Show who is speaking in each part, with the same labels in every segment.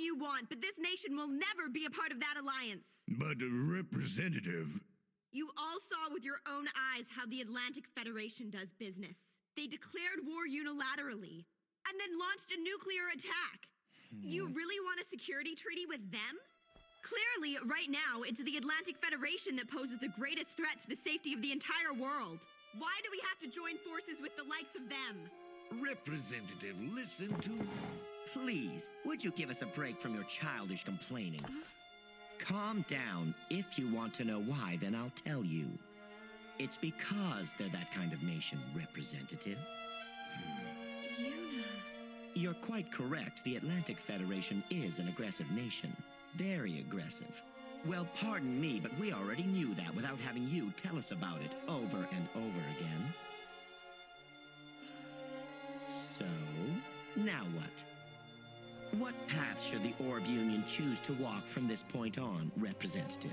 Speaker 1: you want, but this nation will never be a part of that alliance.
Speaker 2: But, Representative,
Speaker 1: You all saw with your own eyes how the Atlantic Federation does business. They declared war unilaterally and then launched a nuclear attack. You really want a security treaty with them? Clearly, right now, it's the Atlantic Federation that poses the greatest threat to the safety of the entire world. Why do we have to join forces with the likes of them?
Speaker 3: Representative, listen to.
Speaker 4: Please, would you give us a break from your childish complaining? Calm down. If you want to know why, then I'll tell you. It's because they're that kind of nation, Representative.
Speaker 5: Yuna.
Speaker 4: You're quite correct. The Atlantic Federation is an aggressive nation. Very aggressive. Well, pardon me, but we already knew that without having you tell us about it over and over again. So, now what? What path should the Orb Union choose to walk from this point on, Representative?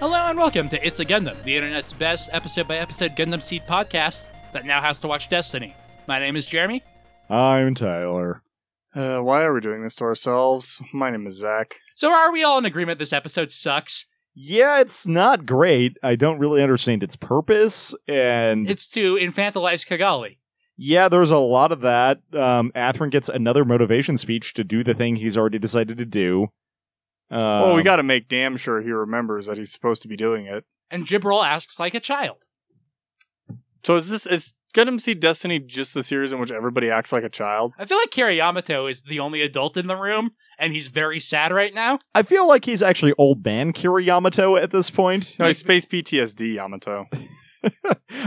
Speaker 6: Hello and welcome to It's a Gundam, the internet's best episode by episode Gundam Seed podcast that now has to watch Destiny. My name is Jeremy.
Speaker 7: I'm Tyler.
Speaker 8: Uh, why are we doing this to ourselves? My name is Zach.
Speaker 6: So, are we all in agreement this episode sucks?
Speaker 7: Yeah, it's not great. I don't really understand its purpose, and
Speaker 6: It's to infantilize Kigali.
Speaker 7: yeah, there's a lot of that. Um, Atherin gets another motivation speech to do the thing he's already decided to do. Um,
Speaker 8: well, we got to make damn sure he remembers that he's supposed to be doing it.
Speaker 6: And Gibral asks like a child.
Speaker 8: So is this is Gundam Seed Destiny just the series in which everybody acts like a child?
Speaker 6: I feel like Kari Yamato is the only adult in the room, and he's very sad right now.
Speaker 7: I feel like he's actually old man Kiri Yamato at this point.
Speaker 8: No, it's space PTSD, Yamato.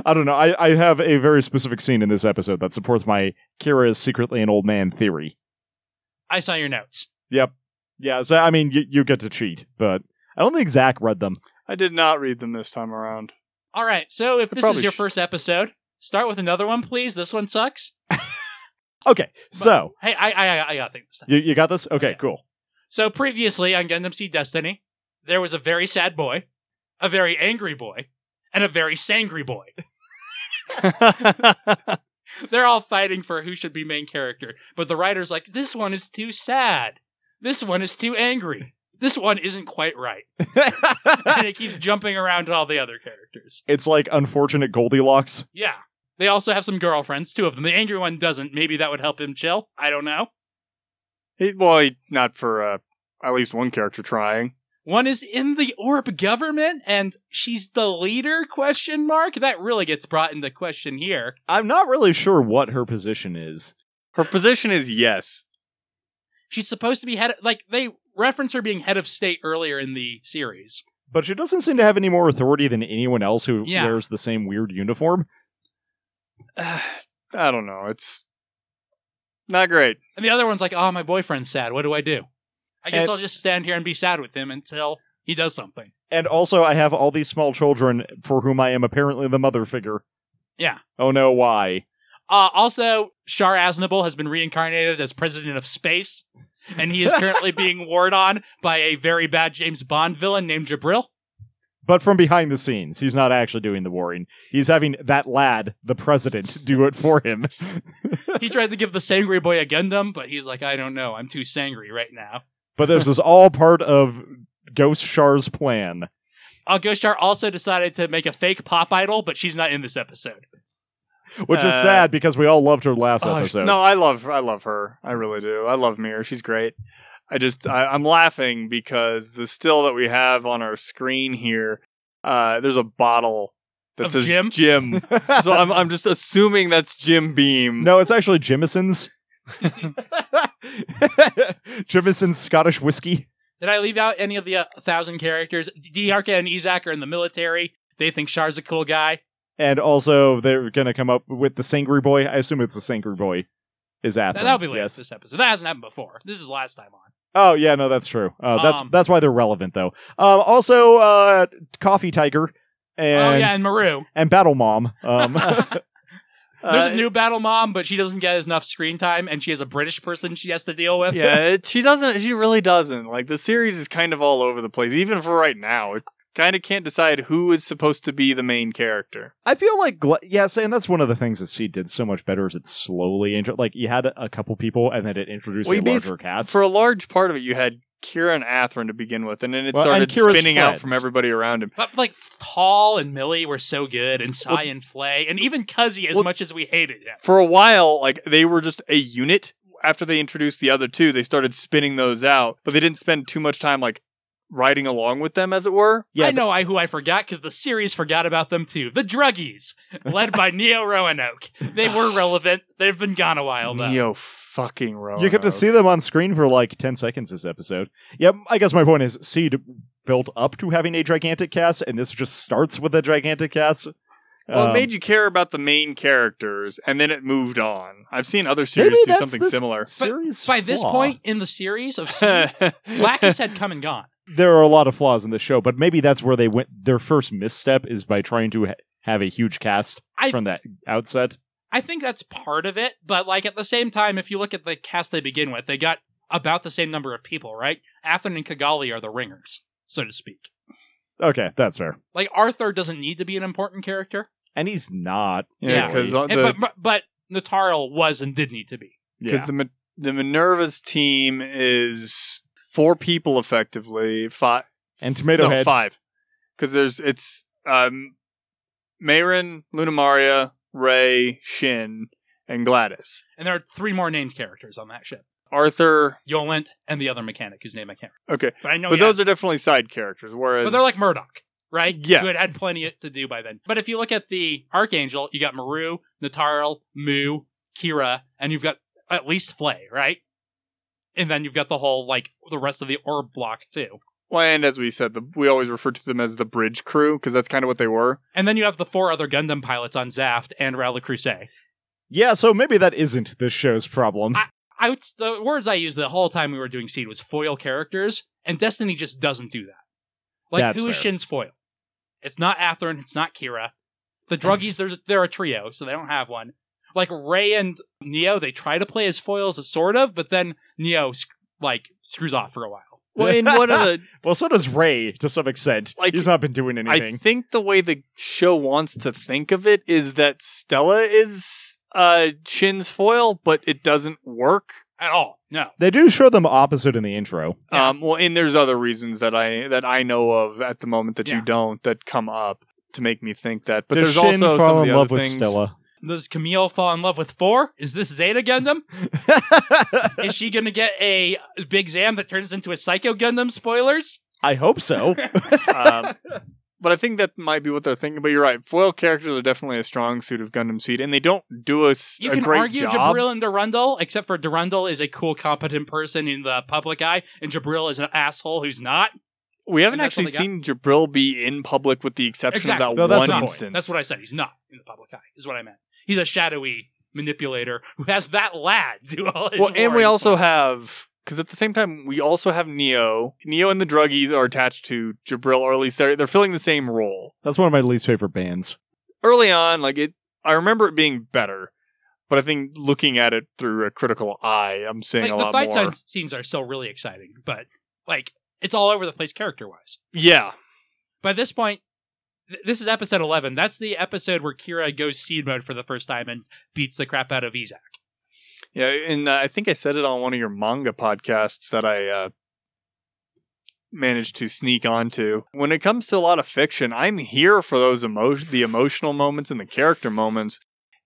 Speaker 7: I don't know. I, I have a very specific scene in this episode that supports my Kira is secretly an old man theory.
Speaker 6: I saw your notes.
Speaker 7: Yep. Yeah. So I mean, you, you get to cheat, but I don't think Zach read them.
Speaker 8: I did not read them this time around.
Speaker 6: All right, so if
Speaker 8: I
Speaker 6: this is
Speaker 8: probably
Speaker 6: your
Speaker 8: sh-
Speaker 6: first episode, start with another one, please. This one sucks.
Speaker 7: Okay. So
Speaker 6: Hey, I I, I, I got things this time.
Speaker 7: you, you got this? Okay.
Speaker 6: Yeah.
Speaker 7: Cool.
Speaker 6: So previously on Gundam Seed Destiny, there was a very sad boy, a very angry boy, and a very sangry boy. They're all fighting for who should be main character, but the writer's like, this one is too sad. This one is too angry. This one isn't quite right. And it keeps jumping around to all the other characters.
Speaker 7: it's like unfortunate Goldilocks.
Speaker 6: Yeah. They also have some girlfriends, two of them. The angry one doesn't. Maybe that would help him chill. I don't know.
Speaker 8: He, well, he, not for uh, at least one character trying.
Speaker 6: One is in the Orb government and she's the leader question mark. That really gets brought into question here.
Speaker 7: I'm not really sure what her position is.
Speaker 8: Her position is yes.
Speaker 6: She's supposed to be head like they reference her being head of state earlier in the series.
Speaker 7: But she doesn't seem to have any more authority than anyone else who
Speaker 6: Yeah.
Speaker 7: wears the same weird uniform.
Speaker 8: I don't know. It's not great.
Speaker 6: And the other one's like, "Oh, my boyfriend's sad. What do I do? I guess
Speaker 7: And-
Speaker 6: I'll just stand here and be sad with him until he does something."
Speaker 7: And also, I have all these small children for whom I am apparently the mother figure.
Speaker 6: Yeah.
Speaker 7: Oh no, why?
Speaker 6: Uh, also, Shar Aznable has been reincarnated as president of space, and he is currently being warred on by a very bad James Bond villain named Jabril.
Speaker 7: But from behind the scenes, he's not actually doing the warring. He's having that lad, the president, do it for him.
Speaker 6: he tried to give the Sangry Boy a Gundam, but he's like, I don't know. I'm too sangry right now.
Speaker 7: But this is all part of Ghost Shar's plan.
Speaker 6: Uh, Goshar also decided to make a fake pop idol, but she's not in this episode.
Speaker 7: Which is
Speaker 8: Uh,
Speaker 7: sad because we all loved her last
Speaker 8: Oh, sh-
Speaker 7: episode.
Speaker 8: No, I love I love her. I really do. I love Mir. She's great. I just I, I'm laughing because the still that we have on our screen here, uh, there's a bottle that
Speaker 6: Of
Speaker 8: says
Speaker 6: Jim?
Speaker 8: Jim. so I'm I'm just assuming that's Jim Beam.
Speaker 7: No, it's actually Jimison's. Jimison's Scottish whiskey.
Speaker 6: Did I leave out any of the uh, thousand characters? Diarca and Izak are in the military. They think Shar's a cool guy.
Speaker 7: And also, they're going to come up with the Sangry Boy. I assume it's the Sangry Boy. Is Atherin.
Speaker 6: That, that'll be later
Speaker 7: Yes.
Speaker 6: this episode. That hasn't happened before. This is last time on.
Speaker 7: Oh, yeah, no, that's true. Uh, that's
Speaker 6: Um,
Speaker 7: that's why they're relevant, though. Um, also, uh, Coffee Tiger and,
Speaker 6: oh, yeah, and Maru.
Speaker 7: and Battle Mom. Um,
Speaker 6: There's
Speaker 8: Uh,
Speaker 6: a new battle mom, but she doesn't get enough screen time, and she has a British person she has to deal with.
Speaker 8: yeah, it, she doesn't. She really doesn't. Like the series is kind of all over the place, even for right now. It kind of can't decide who is supposed to be the main character.
Speaker 7: I feel like gla- yes, and that's one of the things that C did so much better is it slowly intro- like you had a couple people and then it introduced
Speaker 8: Well,
Speaker 7: a
Speaker 8: you bas-
Speaker 7: larger cast.
Speaker 8: For a large part of it, you had Kira and Atherin to begin with, and then it
Speaker 7: Well, and
Speaker 8: started
Speaker 7: Kira's
Speaker 8: spinning out from
Speaker 7: friends.
Speaker 8: everybody around him.
Speaker 6: But like Hall and Millie were so good, and Sai
Speaker 8: Well-
Speaker 6: and Flay, and even Cuzzy, as
Speaker 8: Well-
Speaker 6: much as we hated him.
Speaker 8: For a while, like they were just a unit. After they introduced the other two, they started spinning those out, but they didn't spend too much time like riding along with them, as it were.
Speaker 7: yeah,
Speaker 6: I know I who I forgot because the series forgot about them too. The Druggies, led by Neo Roanoke. They were relevant. They've been gone a while though.
Speaker 8: Neo fucking Roanoke.
Speaker 7: you get to see them on screen for like 10 seconds this episode yeah i guess my point is seed built up to having a gigantic cast and this just starts with a gigantic cast
Speaker 8: Well, it
Speaker 7: Um,
Speaker 8: made you care about the main characters, and then it moved on. I've seen other
Speaker 7: maybe
Speaker 8: series do
Speaker 7: that's
Speaker 8: something
Speaker 7: this
Speaker 8: similar.
Speaker 7: series
Speaker 6: By this
Speaker 7: flaw.
Speaker 6: point in the series of Seed, Lacus
Speaker 8: Lacus
Speaker 6: had come and gone.
Speaker 7: there are a lot of flaws in the show but maybe that's where they went their first misstep is by trying to ha- have a huge cast
Speaker 6: I-
Speaker 7: from that outset
Speaker 6: I think that's part of it, but like at the same time, if you look at the cast they begin with, they got about the same number of people, right? Athen and Kigali are the ringers, so to speak.
Speaker 7: okay that's fair
Speaker 6: Like Arthur doesn't need to be an important character.
Speaker 7: and he's not
Speaker 8: yeah,
Speaker 6: Yeah.
Speaker 8: because
Speaker 7: Really.
Speaker 8: the
Speaker 6: And- but, but but Natariel was and did need to be.
Speaker 8: because the Mi- the Minerva's team is four people effectively. Five,
Speaker 7: and tomato
Speaker 8: no,
Speaker 7: head
Speaker 8: five, because there's it's um, Mayrin, Lunamaria, Ray, Shin, and Gladys.
Speaker 6: And there are three more named characters on that ship.
Speaker 8: Arthur.
Speaker 6: Yolent and the other mechanic whose name I can't
Speaker 8: Okay,
Speaker 6: remember. But I know
Speaker 8: but
Speaker 6: he had-
Speaker 8: those are definitely side characters. Whereas,
Speaker 6: But they're like Murdoch, right?
Speaker 8: Yeah.
Speaker 6: Who had had plenty to do by then. But if you look at the Archangel, you got Maru, Natarl, Mu, Kira, and you've got at least Flay, right? And then you've got the whole, like, the rest of the orb block, too.
Speaker 8: Well, and as we said, the, we always refer to them as the bridge crew because that's kind of what they were.
Speaker 6: And then you have the four other Gundam pilots on Zaft and Rally Crusade.
Speaker 7: yeah so maybe that isn't this show's problem
Speaker 6: I would, the words I used the whole time we were doing Seed was foil characters, and Destiny just doesn't do that. Like,
Speaker 7: That's
Speaker 6: who is
Speaker 7: fair.
Speaker 6: Shin's foil? It's not Atherin, it's not Kira. The druggies, they're, they're a trio, so they don't have one. Like, Ray and Neo, they try to play as foils, sort of, but then Neo, sc- like, screws off for a while.
Speaker 8: Well, in one of the,
Speaker 7: Well, so does Ray to some extent.
Speaker 8: Like-
Speaker 7: he's not been doing anything.
Speaker 8: I think the way the show wants to think of it is that Stella is uh, Shin's foil, but it doesn't work.
Speaker 6: At all. No.
Speaker 7: they do show them opposite in the intro.
Speaker 6: Yeah.
Speaker 8: Um, well, and there's other reasons that I that I know of at the moment that
Speaker 6: Yeah.
Speaker 8: you don't that come up to make me think that. But
Speaker 7: Does
Speaker 8: there's
Speaker 7: Shin
Speaker 8: also
Speaker 7: fall
Speaker 8: some of
Speaker 7: in
Speaker 8: the
Speaker 7: love
Speaker 8: other
Speaker 7: with
Speaker 8: things.
Speaker 7: Stella.
Speaker 6: Does Camille fall in love with four? Is this Zeta Gundam? is she going to get a Big Zam that turns into a Psycho Gundam? Spoilers?
Speaker 7: I hope so.
Speaker 8: um, but I think that might be what they're thinking. But you're right. Foil characters are definitely a strong suit of Gundam Seed, and they don't do a, s-
Speaker 6: You
Speaker 8: a
Speaker 6: can
Speaker 8: great
Speaker 6: argue
Speaker 8: job.
Speaker 6: Jabril and Durandal, except for Durandal is a cool, competent person in the public eye, and Jabril is an asshole who's not.
Speaker 8: We haven't
Speaker 6: And that's
Speaker 8: actually
Speaker 6: all they got.
Speaker 8: seen Jabril be in public with the exception
Speaker 6: Exactly.
Speaker 8: of that
Speaker 7: No, that's
Speaker 8: one
Speaker 7: not-
Speaker 8: instance.
Speaker 6: That's what I said. He's not in the public eye, is what I meant. He's a shadowy manipulator who has that lad do all his
Speaker 8: well, and we
Speaker 6: warring.
Speaker 8: also have because at the same time we also have Neo. Neo and the druggies are attached to Jabril, or at least they're they're filling the same role.
Speaker 7: That's one of my least favorite bands.
Speaker 8: Early on, like it, I remember it being better, but I think looking at it through a critical eye, I'm seeing
Speaker 6: like,
Speaker 8: a
Speaker 6: the
Speaker 8: lot
Speaker 6: fight
Speaker 8: more.
Speaker 6: scen- scenes are still really exciting, but like it's all over the place character wise.
Speaker 8: Yeah,
Speaker 6: By this point, th- this is episode eleven. That's the episode where Kira goes seed mode for the first time and beats the crap out of Izak.
Speaker 8: yeah, and uh, I think I said it on one of your manga podcasts that I. uh managed to sneak onto when it comes to a lot of fiction i'm here for those emotion the emotional moments and the character moments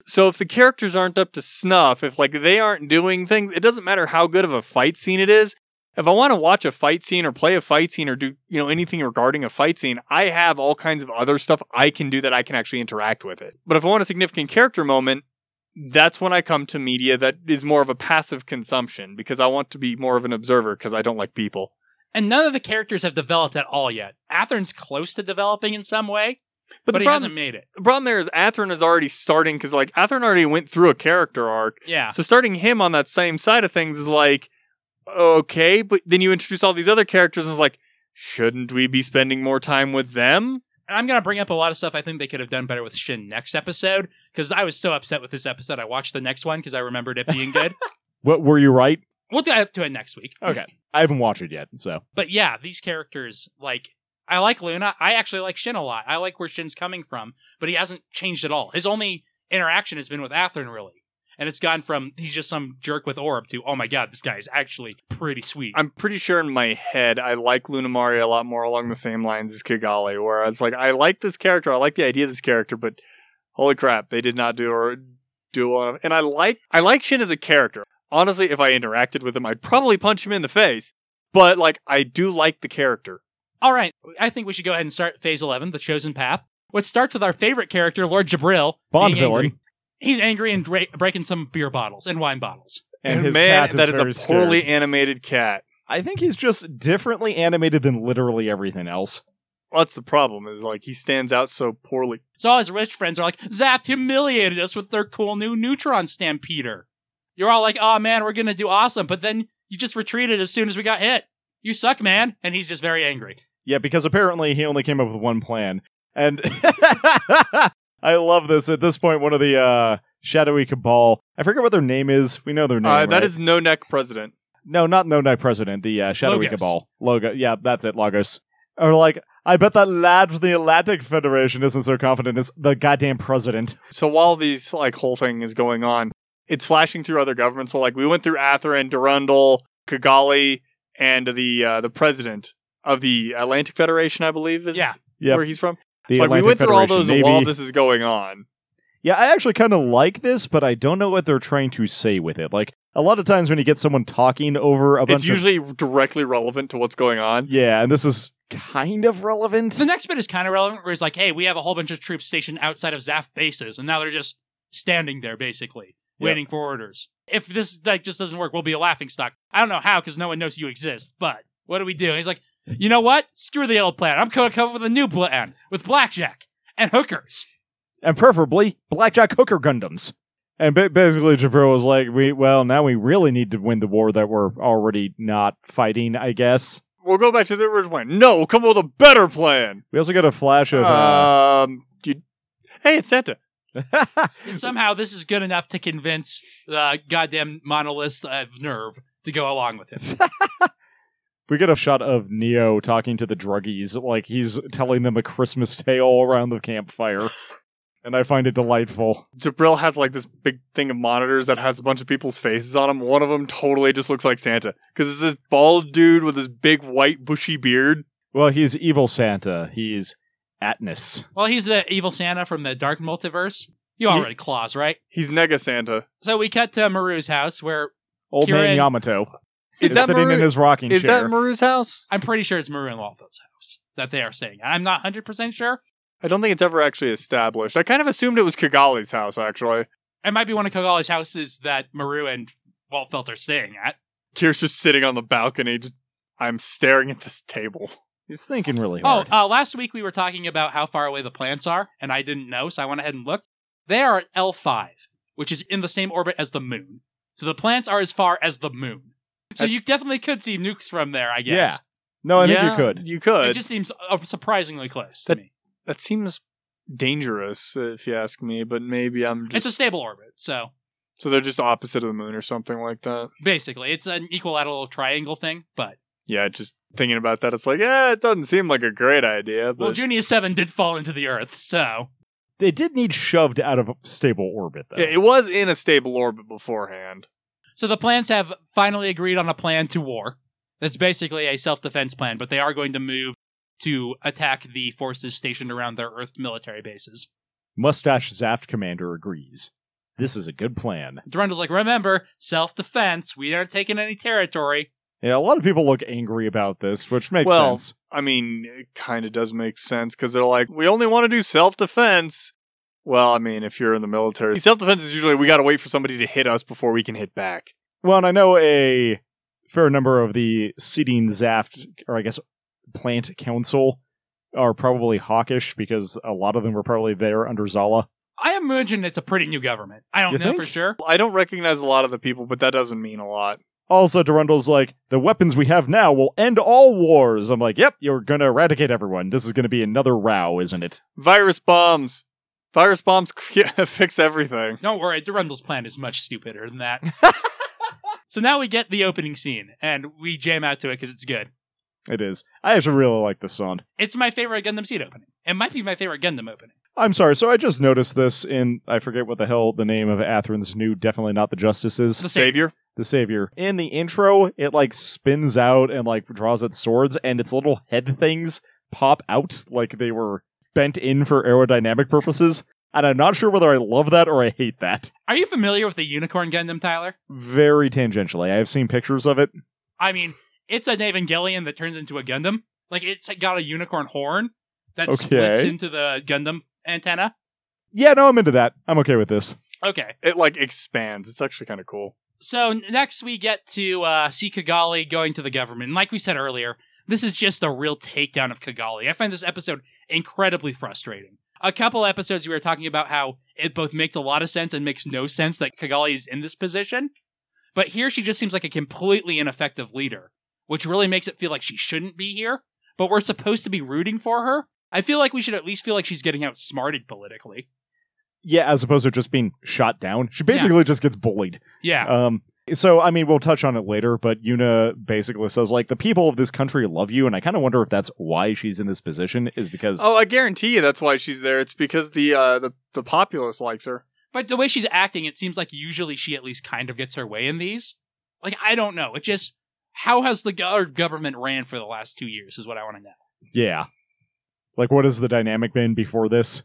Speaker 8: so if the characters aren't up to snuff if like they aren't doing things it doesn't matter how good of a fight scene it is if i want to watch a fight scene or play a fight scene or do you know anything regarding a fight scene i have all kinds of other stuff i can do that i can actually interact with it but if i want a significant character moment that's when i come to media that is more of a passive consumption because i want to be more of an observer because i don't like people
Speaker 6: And none of the characters have developed at all yet. Atherin's close to developing in some way, but,
Speaker 8: the
Speaker 6: he
Speaker 8: problem
Speaker 6: hasn't made it.
Speaker 8: the problem there is Atherin is already starting because like Atherin already went through a character arc,
Speaker 6: Yeah.
Speaker 8: so starting him on that same side of things is like okay, but then you introduce all these other characters and it's like shouldn't we be spending more time with them?
Speaker 6: And I'm going to bring up a lot of stuff I think they could have done better with Shin next episode because I was so upset with this episode. I watched the next one because I remembered it being good.
Speaker 7: What were you right?
Speaker 6: we'll get up to it next week.
Speaker 7: Okay. I haven't watched it yet, so
Speaker 6: But yeah, these characters, like, I like Luna. I actually like Shin a lot. I like where Shin's coming from, but he hasn't changed at all. His only interaction has been with Atherin, really. And it's gone from he's just some jerk with Orb to, oh my god, this guy is actually pretty sweet.
Speaker 8: I'm pretty sure in my head I like Lunamari a lot more along the same lines as Kigali, where it's like I like this character, I like the idea of this character, but holy crap, they did not do or do well enough. And I like I like Shin as a character. Honestly, if I interacted with him, I'd probably punch him in the face. But like I do like the character.
Speaker 6: All right, I think we should go ahead and start phase 11, the chosen path. What starts with our favorite character, Lord Jabril.
Speaker 7: Bond
Speaker 6: being angry.
Speaker 7: villain.
Speaker 6: He's angry and dra- breaking some beer bottles and wine bottles.
Speaker 7: And his
Speaker 8: man,
Speaker 7: cat is
Speaker 8: that is
Speaker 7: very
Speaker 8: a poorly
Speaker 7: scared.
Speaker 8: animated cat.
Speaker 7: I think he's just differently animated than literally everything else.
Speaker 8: Well, that's the problem, is like he stands out so poorly.
Speaker 6: So all his rich friends are like, Zaft humiliated us with their cool new neutron stampeder. You're all like, oh man, we're gonna do awesome, but then you just retreated as soon as we got hit. You suck, man. And he's just very angry.
Speaker 7: Yeah, because apparently he only came up with one plan. And I love this. At this point, one of the uh, shadowy cabal. I forget what their name is. We know their name.
Speaker 8: Uh, that
Speaker 7: right?
Speaker 8: is no neck president.
Speaker 7: no, not no night president. The uh, shadowy
Speaker 6: Logos.
Speaker 7: cabal logo. Yeah, that's it. Logos. Or like, I bet that lad from the Atlantic Federation isn't so confident as the goddamn president.
Speaker 8: So while these like whole thing is going on, it's flashing through other governments. So like we went through Atherin, Durandal, Kigali, and the uh, the president of the Atlantic Federation, I believe, is
Speaker 6: Yeah.
Speaker 7: Yep.
Speaker 8: where he's from.
Speaker 7: The
Speaker 8: so like we
Speaker 7: Atlantic
Speaker 8: went through all
Speaker 7: Federation
Speaker 8: those
Speaker 7: Navy.
Speaker 8: while this is going on.
Speaker 7: Yeah, I actually kind of like this, but I don't know what they're trying to say with it. Like a lot of times when you get someone talking over a bunch
Speaker 8: It's usually directly relevant to what's going
Speaker 7: of
Speaker 8: on.
Speaker 7: yeah, and this is kind of relevant.
Speaker 6: The next bit is kind of relevant where he's like, hey, we have a whole bunch of troops stationed outside of Zaft bases, and now they're just standing there basically,
Speaker 7: Yeah.
Speaker 6: waiting for orders. If this like just doesn't work, we'll be a laughing stock. I don't know how, because no one knows you exist, but what do we do? And he's like, you know what? Screw the old plan. I'm gonna come up with a new plan with blackjack and hookers.
Speaker 7: and preferably blackjack hooker Gundams. And ba- basically, Jabril was like, "We well, now we really need to win the war that we're already not fighting." I guess
Speaker 8: We'll go back to the original one. No, we'll come up with a better plan.
Speaker 7: we also got a flash of. Uh,
Speaker 8: Um, you- hey, it's Santa.
Speaker 6: And somehow this is good enough to convince the goddamn monoliths of nerve to go along with it.
Speaker 7: we get a shot of Neo talking to the druggies, like he's telling them a Christmas tale around the campfire, and I find it delightful.
Speaker 8: Jabril has like this big thing of monitors that has a bunch of people's faces on them. One of them totally just looks like Santa because it's this bald dude with this big white bushy beard.
Speaker 7: Well, he's evil Santa. He's Atnis.
Speaker 6: Well, he's the evil Santa from the Dark Multiverse. You
Speaker 8: Ye-
Speaker 6: already claws, right?
Speaker 8: He's Nega Santa.
Speaker 6: So we cut to Maru's house where
Speaker 7: Old man
Speaker 6: Kieran-
Speaker 7: Yamato
Speaker 8: Is,
Speaker 7: is,
Speaker 8: that
Speaker 7: sitting
Speaker 8: Maru-
Speaker 7: in his rocking
Speaker 8: Is
Speaker 7: chair.
Speaker 8: that Maru's house?
Speaker 6: I'm pretty sure it's Maru and Waltham's house that they are saying. I'm not 100% sure.
Speaker 8: I don't think it's ever actually established. I kind of assumed it was Kigali's house actually.
Speaker 6: It might be one of Kogali's houses that Maru and Waltfelt are staying at.
Speaker 8: Kier's just sitting on the balcony. Just, I'm staring at this table.
Speaker 7: he's thinking really hard.
Speaker 6: Oh, uh, last week we were talking about how far away the planets are, and I didn't know, so I went ahead and looked. They are at L5, which is in the same orbit as the moon. So the planets are as far as the moon. So you definitely could see nukes from there, I guess.
Speaker 7: no, I think
Speaker 8: Yeah,
Speaker 7: you could.
Speaker 8: You
Speaker 6: It
Speaker 8: could.
Speaker 6: just seems uh, surprisingly close to
Speaker 8: That-
Speaker 6: me.
Speaker 8: That seems dangerous if you ask me, but maybe I'm just
Speaker 6: It's a stable orbit, so
Speaker 8: so they're just opposite of the moon or something like that.
Speaker 6: basically it's an equilateral triangle thing, but
Speaker 8: yeah, just thinking about that, it's like, yeah, it doesn't seem like a great idea, but
Speaker 6: well Junius 7 did fall into the earth, so
Speaker 7: They did need shoved out of stable orbit, though.
Speaker 8: Yeah, it was in a stable orbit beforehand.
Speaker 6: So the plans have finally agreed on a plan to war. That's basically a self defense plan, but they are going to move to attack the forces stationed around their Earth military bases.
Speaker 7: Mustache Zaft Commander agrees. This is a good plan.
Speaker 6: Durandal's like, remember, self defense. We aren't taking any territory.
Speaker 7: Yeah, a lot of people look angry about this, which makes
Speaker 8: Well-
Speaker 7: sense.
Speaker 8: I mean, it kind of does make sense because they're like, we only want to do self defense. Well, I mean, if you're in the military, self defense is usually we got to wait for somebody to hit us before we can hit back.
Speaker 7: Well, and I know a fair number of the sitting Zaft, or I guess plant council, are probably hawkish because a lot of them were probably there under Zala.
Speaker 6: I imagine it's a pretty new government. I don't
Speaker 7: You
Speaker 6: know
Speaker 7: think?
Speaker 6: for sure.
Speaker 8: I don't recognize a lot of the people, but that doesn't mean a lot.
Speaker 7: Also, Durundel's like, the weapons we have now will end all wars. I'm like, yep, you're going to eradicate everyone. This is going to be another row, isn't it?
Speaker 8: Virus bombs. Virus bombs fix everything.
Speaker 6: Don't worry, Durundel's plan is much stupider than that. so now we get the opening scene, and we jam out to it because it's good.
Speaker 7: It is. I actually really like this song.
Speaker 6: It's my favorite Gundam Seed opening. It might be my favorite Gundam opening.
Speaker 7: I'm sorry. So I just noticed this in, I forget what the hell the name of Atherin's new, definitely not the Justice is.
Speaker 6: The same.
Speaker 8: Savior.
Speaker 7: the savior. In the intro, it like spins out and like draws its swords, and its little head things pop out like they were bent in for aerodynamic purposes. And I'm not sure whether I love that or I hate that.
Speaker 6: Are you familiar with the Unicorn Gundam, Tyler?
Speaker 7: Very tangentially, I have seen pictures of it.
Speaker 6: I mean, it's an Evangelion that turns into a Gundam. Like it's got a unicorn horn that splits
Speaker 7: Okay.
Speaker 6: into the Gundam antenna.
Speaker 7: Yeah, no, I'm into that. I'm okay with this.
Speaker 6: Okay.
Speaker 8: It like expands. It's actually kind of cool.
Speaker 6: So n- next we get to uh, see Kigali going to the government. And like we said earlier, this is just a real takedown of Kigali. I find this episode incredibly frustrating. A couple episodes we were talking about how it both makes a lot of sense and makes no sense that Kigali is in this position. But here she just seems like a completely ineffective leader, which really makes it feel like she shouldn't be here. But we're supposed to be rooting for her. I feel like we should at least feel like she's getting outsmarted politically.
Speaker 7: Yeah, as opposed to just being shot down. She basically just gets bullied.
Speaker 6: Yeah.
Speaker 7: Um, so I mean, we'll touch on it later, but Yuna basically says like the people of this country love you, and I kind of wonder if that's why she's in this position is because
Speaker 8: Oh, I guarantee you that's why she's there. It's because the uh, the the populace likes her.
Speaker 6: But the way she's acting, it seems like usually she at least kind of gets her way in these. Like I don't know. It just how has the go- government ran for the last two years is what I want to know.
Speaker 7: Yeah. Like, what has the dynamic been before this?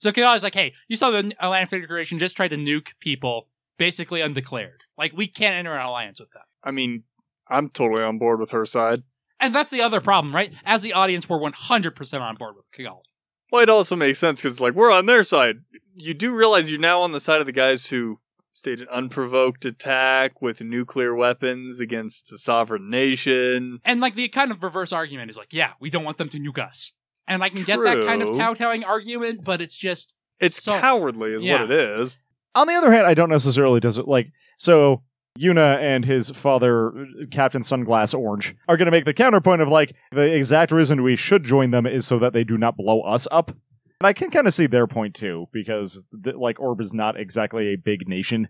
Speaker 6: So Kagali's like, hey, you saw the N- Alliance Federation just tried to nuke people basically undeclared. Like we can't enter an alliance with them.
Speaker 8: I mean, I'm totally on board with her side.
Speaker 6: And that's the other problem, right? As the audience, we're 100% on board with Kigali.
Speaker 8: Well, it also makes sense because like we're on their side. You do realize you're now on the side of the guys who staged an unprovoked attack with nuclear weapons against a sovereign nation.
Speaker 6: And like the kind of reverse argument is like, yeah, we don't want them to nuke us. And I can get that kind of
Speaker 8: True.
Speaker 6: kowtowing argument, but it's just,
Speaker 8: It's
Speaker 6: So-
Speaker 8: cowardly, is
Speaker 6: yeah.
Speaker 8: what it is.
Speaker 7: On the other hand, I don't necessarily does it like so. Yuna and his father, uh, Captain Sunglass Orange, are going to make the counterpoint of like the exact reason we should join them is so that they do not blow us up. And I can kind of see their point too, because th- like Orb is not exactly a big nation.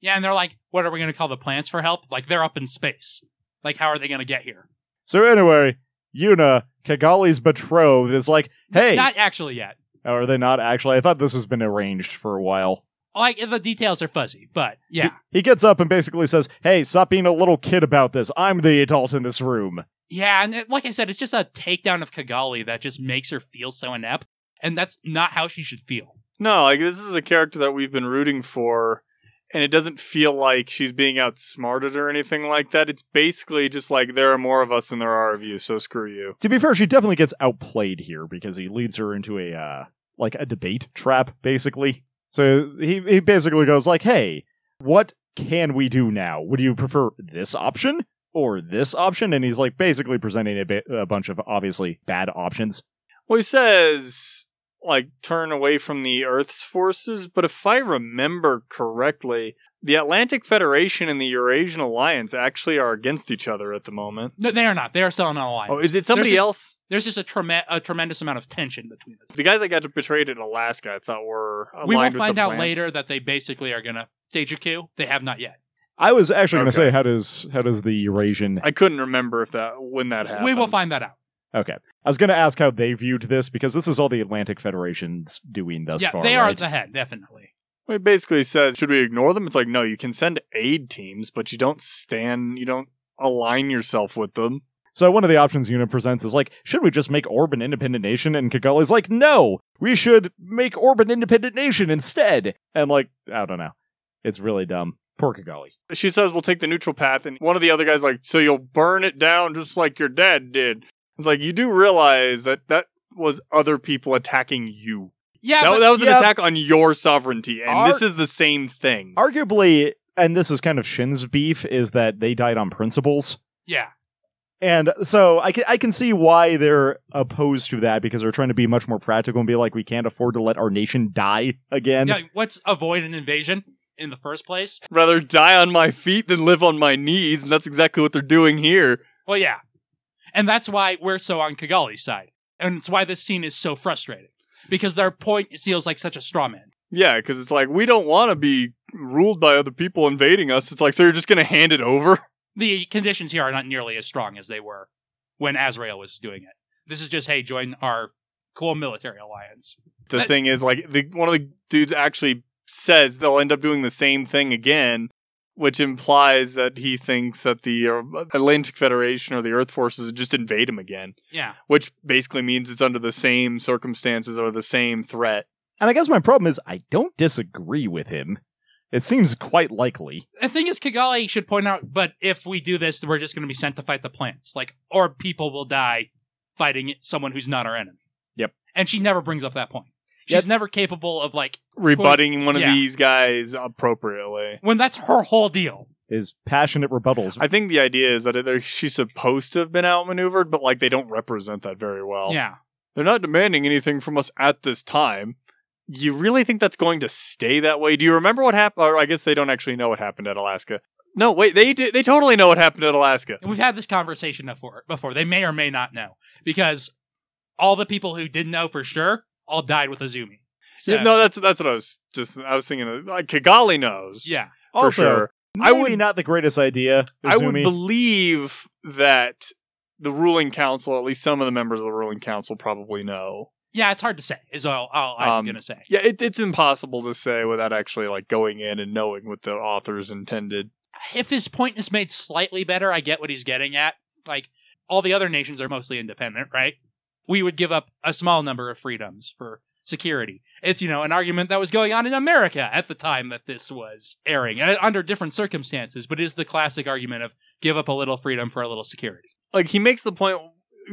Speaker 6: yeah. And they're like, what are we going to call the plants for help? Like they're up in space. Like how are they going to get here?
Speaker 7: So anyway, Yuna, Kigali's betrothed, is like, hey,
Speaker 6: Not actually yet.
Speaker 7: Oh, are they not actually? I thought this has been arranged for a while.
Speaker 6: Like the details are fuzzy, but yeah.
Speaker 7: He, he gets up and basically says, Hey, stop being a little kid about this. I'm the adult in this room.
Speaker 6: Yeah, and it, like I said, it's just a takedown of Kigali that just makes her feel so inept, and that's not how she should feel.
Speaker 8: No, like this is a character that we've been rooting for, and it doesn't feel like she's being outsmarted or anything like that. It's basically just like there are more of us than there are of you, so screw you.
Speaker 7: To be fair, she definitely gets outplayed here because he leads her into a uh like a debate trap, basically. So he he basically goes like, Hey, what can we do now? Would you prefer this option or this option? And he's like basically presenting a, bit, a bunch of obviously bad options.
Speaker 8: Well, he says like turn away from the Earth's forces, but if I remember correctly, the Atlantic Federation and the Eurasian Alliance actually are against each other at the moment.
Speaker 6: No, they are not. They are still on an alliance.
Speaker 8: Oh, is it somebody
Speaker 6: There's just-
Speaker 8: else?
Speaker 6: There's just a, treme- a tremendous amount of tension between them.
Speaker 8: The guys that got betrayed in Alaska, I thought were aligned
Speaker 6: We will
Speaker 8: with the
Speaker 6: find out
Speaker 8: plants.
Speaker 6: later that they basically are going to stage a coup. They have not yet.
Speaker 7: I was actually gonna
Speaker 8: Okay.
Speaker 7: say how does how does the Eurasian
Speaker 8: I couldn't remember if that when that happened.
Speaker 6: We will find that out.
Speaker 7: Okay. I was going to ask how they viewed this because this is all the Atlantic Federation's doing thus
Speaker 6: yeah,
Speaker 7: far.
Speaker 6: they
Speaker 7: right?
Speaker 6: are ahead, definitely.
Speaker 8: Well, It basically says, should we ignore them? It's like, no, you can send aid teams, but you don't stand, you don't align yourself with them.
Speaker 7: So one of the options Una presents is like, should we just make Orb an independent nation? And Kigali's like, no, we should make Orb an independent nation instead. And like, I don't know. It's really dumb. Poor Kigali.
Speaker 8: She says, we'll take the neutral path. And one of the other guys, like, so you'll burn it down just like your dad did. It's like, you do realize that that was other people attacking you.
Speaker 6: Yeah,
Speaker 8: That,
Speaker 6: but
Speaker 8: that was an
Speaker 7: yeah.
Speaker 8: attack on your sovereignty. And
Speaker 7: Our-
Speaker 8: this is the same thing.
Speaker 7: Arguably, and this is kind of Shin's beef, is that they died on principles.
Speaker 6: yeah.
Speaker 7: And so I can, I can see why they're opposed to that because they're trying to be much more practical and be like, we can't afford to let our nation die again.
Speaker 6: yeah. What's avoid an invasion? in the first place.
Speaker 8: Rather die on my feet than live on my knees, and that's exactly what they're doing here.
Speaker 6: Well, yeah. And that's why we're so on Kigali's side. And it's why this scene is so frustrating. Because their point feels like such a straw man.
Speaker 8: Yeah, because it's like we don't want to be ruled by other people invading us. It's like so you're just gonna hand it over.
Speaker 6: The conditions here are not nearly as strong as they were when Azrael was doing it. This is just, hey, join our cool military alliance.
Speaker 8: The
Speaker 6: That-
Speaker 8: thing is, like, the, one of the dudes actually says they'll end up doing the same thing again, which implies that he thinks that the uh, Atlantic Federation or the Earth forces just invade him again,
Speaker 6: Yeah.
Speaker 8: which basically means it's under the same circumstances or the same threat.
Speaker 7: And I guess my problem is I don't disagree with him. It seems quite likely.
Speaker 6: The thing is, Kigali should point out, but if we do this, we're just going to be sent to fight the plants. Like, or people will die fighting someone who's not our enemy.
Speaker 7: Yep.
Speaker 6: And she never brings up that point. She's
Speaker 7: Yep.
Speaker 6: never capable of, like,
Speaker 8: Rebutting one of
Speaker 6: yeah.
Speaker 8: these guys appropriately.
Speaker 6: when that's her whole deal.
Speaker 7: His passionate rebuttals.
Speaker 8: I think the idea is that either she's supposed to have been outmaneuvered, but like they don't represent that very well.
Speaker 6: Yeah.
Speaker 8: They're not demanding anything from us at this time. You really think that's going to stay that way? Do you remember what happened? Or I guess they don't actually know what happened at Alaska. No, wait, they did, they totally know what happened at Alaska.
Speaker 6: And we've had this conversation before. Before they may or may not know because all the people who didn't know for sure all died with Azumi. So,
Speaker 8: No, that's that's what I was just I was thinking. Of, like Kigali knows,
Speaker 6: yeah,
Speaker 8: for
Speaker 7: also,
Speaker 8: sure. I
Speaker 7: maybe
Speaker 8: would-
Speaker 7: not the greatest idea.
Speaker 8: I would
Speaker 7: Izumi.
Speaker 8: believe that the ruling council, at least some of the members of the ruling council, probably know.
Speaker 6: yeah. It's hard to say. Is all, all I'm
Speaker 8: Um,
Speaker 6: gonna say.
Speaker 8: Yeah, it, it's impossible to say without actually like going in and knowing what the authors intended.
Speaker 6: If his point is made slightly better, I get what he's getting at. Like all the other nations are mostly independent, right? We would give up a small number of freedoms for security. It's you know an argument that was going on in America at the time that this was airing uh, under different circumstances, but it is the classic argument of give up a little freedom for a little security.
Speaker 8: Like he makes the point.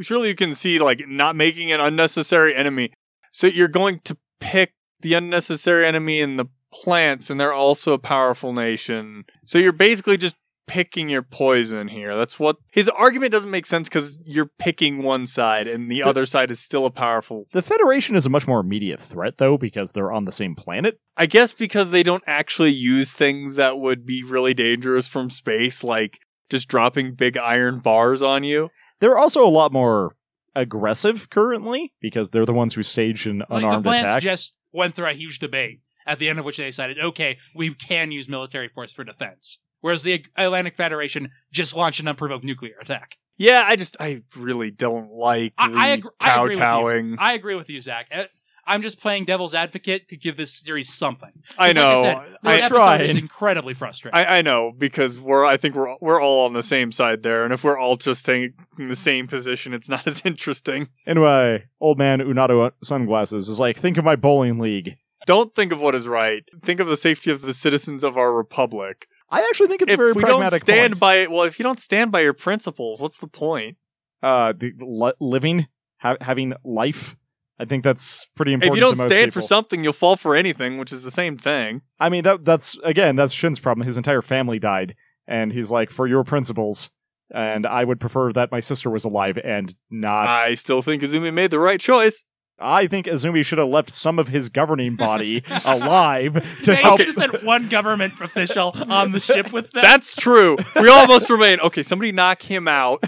Speaker 8: Surely you can see like not making an unnecessary enemy. So you're going to pick the unnecessary enemy in the plants, and they're also a powerful nation. So you're basically just picking your poison here. That's what his argument doesn't make sense because you're picking one side, and the other side is still a powerful
Speaker 7: The Federation is a much more immediate threat, though, because they're on the same planet.
Speaker 8: I guess because they don't actually use things that would be really dangerous from space, like just dropping big iron bars on you.
Speaker 7: They're also a lot more aggressive currently because they're the ones who staged an
Speaker 6: Like,
Speaker 7: unarmed
Speaker 6: the plants
Speaker 7: attack.
Speaker 6: just went through a huge debate at the end of which they decided, okay, we can use military force for defense. Whereas the Atlantic Federation just launched an unprovoked nuclear attack.
Speaker 8: Yeah, I just I really don't like
Speaker 6: I- I
Speaker 8: the
Speaker 6: agr- I agree with you.
Speaker 8: kowtowing.
Speaker 6: I agree with you, Zach. Uh, I'm just playing devil's advocate to give this series something. 'Cause
Speaker 8: I,
Speaker 6: like
Speaker 8: know.
Speaker 6: I said,
Speaker 8: I,
Speaker 6: this episode
Speaker 7: trying.
Speaker 6: is incredibly frustrating.
Speaker 8: I, I know because we're I think we're we're all on the same side there, and if we're all just taking the same position, it's not as interesting.
Speaker 7: Anyway, old man Unato sunglasses is like, think of my bowling league.
Speaker 8: Don't think of what is right. Think of the safety of the citizens of our republic.
Speaker 7: I actually think it's a
Speaker 8: if
Speaker 7: very
Speaker 8: we don't
Speaker 7: pragmatic.
Speaker 8: stand
Speaker 7: point.
Speaker 8: by it, well, if you don't stand by your principles, what's the point?
Speaker 7: uh, the li- living, ha- having life. I think that's pretty important.
Speaker 8: if you don't
Speaker 7: to most
Speaker 8: stand for
Speaker 7: people.
Speaker 8: something, you'll fall for anything, which is the same thing.
Speaker 7: I mean, that that's again, that's Shin's problem. His entire family died, and he's like, for your principles. And I would prefer that my sister was alive and not.
Speaker 8: I still think Izumi made the right choice.
Speaker 7: I think Azumi should have left some of his governing body alive to
Speaker 6: they
Speaker 7: help.
Speaker 6: could have sent one government official on the ship with them.
Speaker 8: That's true. We all must remain. Okay, somebody knock him out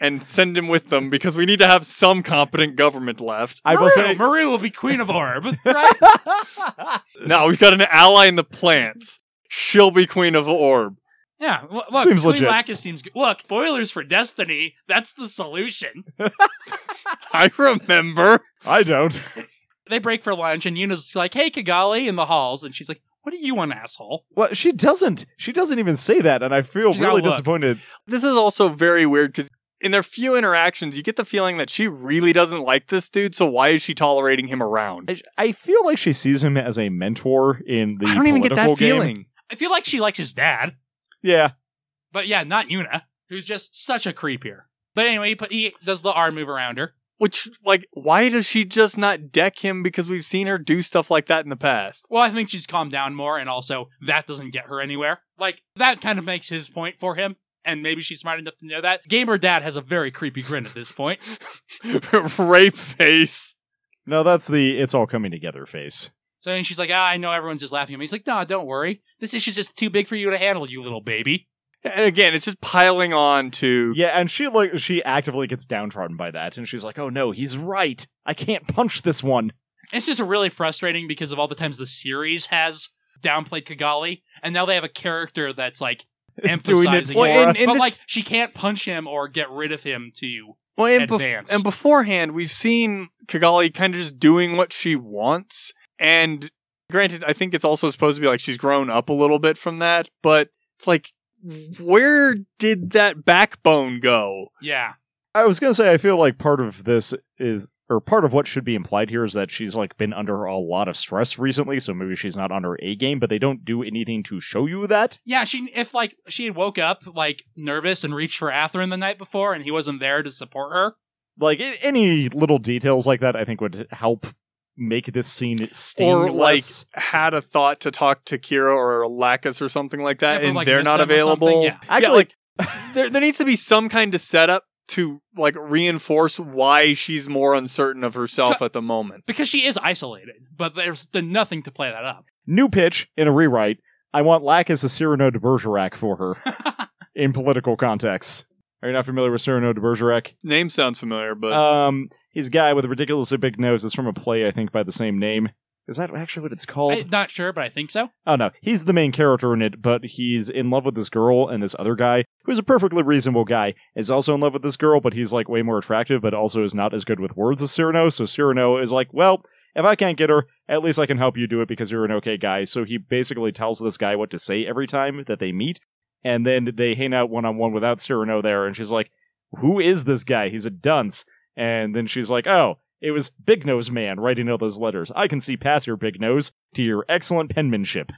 Speaker 8: and send him with them because we need to have some competent government left.
Speaker 7: I will
Speaker 6: Maru,
Speaker 7: say,
Speaker 6: Maru will be queen of Orb, right?
Speaker 8: Now we've got an ally in the plants. She'll be queen of the orb.
Speaker 6: Yeah, well, look,
Speaker 7: Seems
Speaker 6: Queen
Speaker 7: legit.
Speaker 6: Lacus seems good. Look, spoilers for Destiny. That's the solution.
Speaker 8: I remember.
Speaker 7: I don't.
Speaker 6: They break for lunch, and Yuna's like, "Hey, Kigali," in the halls, and she's like, "What are you, an asshole?"
Speaker 7: Well, she doesn't. She doesn't even say that, and I feel
Speaker 6: She's got
Speaker 7: really
Speaker 6: luck.
Speaker 7: disappointed.
Speaker 8: This is also very weird because in their few interactions, you get the feeling that she really doesn't like this dude. So why is she tolerating him around?
Speaker 7: I- I feel like she sees him as a mentor in the.
Speaker 8: I don't even get that
Speaker 7: political game.
Speaker 8: feeling.
Speaker 6: I feel like she likes his dad,
Speaker 7: Yeah,
Speaker 6: but yeah, not Yuna, who's just such a creep here. But anyway, he, put, he does the arm move around her.
Speaker 8: Which, like, why does she just not deck him? Because we've seen her do stuff like that in the past.
Speaker 6: Well, I think she's calmed down more, and also that doesn't get her anywhere. Like that kind of makes his point for him, and maybe she's smart enough to know that. Gamer Dad has a very creepy grin at this point.
Speaker 8: Rape face.
Speaker 7: no, that's the it's all coming together face.
Speaker 6: So then she's like, ah, I know everyone's just laughing at me. He's like, no, don't worry. This issue's just too big for you to handle, you little baby.
Speaker 8: And again, it's just piling on to
Speaker 7: Yeah, and she like she actively gets downtrodden by that, and she's like, "Oh no, he's right. I can't punch this one."
Speaker 6: It's just really frustrating because of all the times the series has downplayed Kigali, and now they have a character that's like
Speaker 7: Doing it
Speaker 6: emphasizing
Speaker 7: for
Speaker 6: it.
Speaker 8: Well,
Speaker 7: us.
Speaker 8: and-
Speaker 6: but
Speaker 8: this-
Speaker 6: like she can't punch him or get rid of him to
Speaker 8: well, and, bef-
Speaker 6: advance.
Speaker 8: and beforehand, we've seen Kigali kind of just doing what she wants. And granted, I think it's also supposed to be like she's grown up a little bit from that, but it's like, where did that backbone go?
Speaker 6: yeah.
Speaker 7: I was gonna say, I feel like part of this is, or part of what should be implied here is that she's like been under a lot of stress recently, so maybe she's not on her A game, but they don't do anything to show you that.
Speaker 6: Yeah, she if like she had woke up like nervous and reached for Atherin the night before and he wasn't there to support her.
Speaker 7: Like a- any little details like that, I think would help make this scene sting
Speaker 8: or like
Speaker 7: less.
Speaker 8: had a thought to talk to Kira or Lacus or something like
Speaker 6: Yeah,
Speaker 8: that,
Speaker 6: or,
Speaker 8: and
Speaker 6: like,
Speaker 8: they're
Speaker 6: miss
Speaker 8: not
Speaker 6: them or
Speaker 8: available.
Speaker 6: something, yeah.
Speaker 8: Actually, like, there there needs to be some kind of setup to like reinforce why she's more uncertain of herself at the moment.
Speaker 6: Because she is isolated, but there's been nothing to play that up.
Speaker 7: New pitch in a rewrite. I want Lacus as Cyrano de Bergerac for her in political contexts. Are you not familiar with Cyrano de Bergerac?
Speaker 8: Name sounds familiar, but
Speaker 7: Um, he's a guy with a ridiculously big nose. It's from a play, I think, by the same name. Is that actually what it's called?
Speaker 6: I'm not sure, but I think so.
Speaker 7: oh no, he's the main character in it, but he's in love with this girl and this other guy who's a perfectly reasonable guy is also in love with this girl, but he's like way more attractive, but also is not as good with words as Cyrano. So Cyrano is like, well, if I can't get her, at least I can help you do it because you're an okay guy. So he basically tells this guy what to say every time that they meet, and then they hang out one on one without Cyrano there, and she's like, who is this guy? He's a dunce. And then she's like, oh. It was Big Nose Man writing all those letters. I can see past your big nose to your excellent penmanship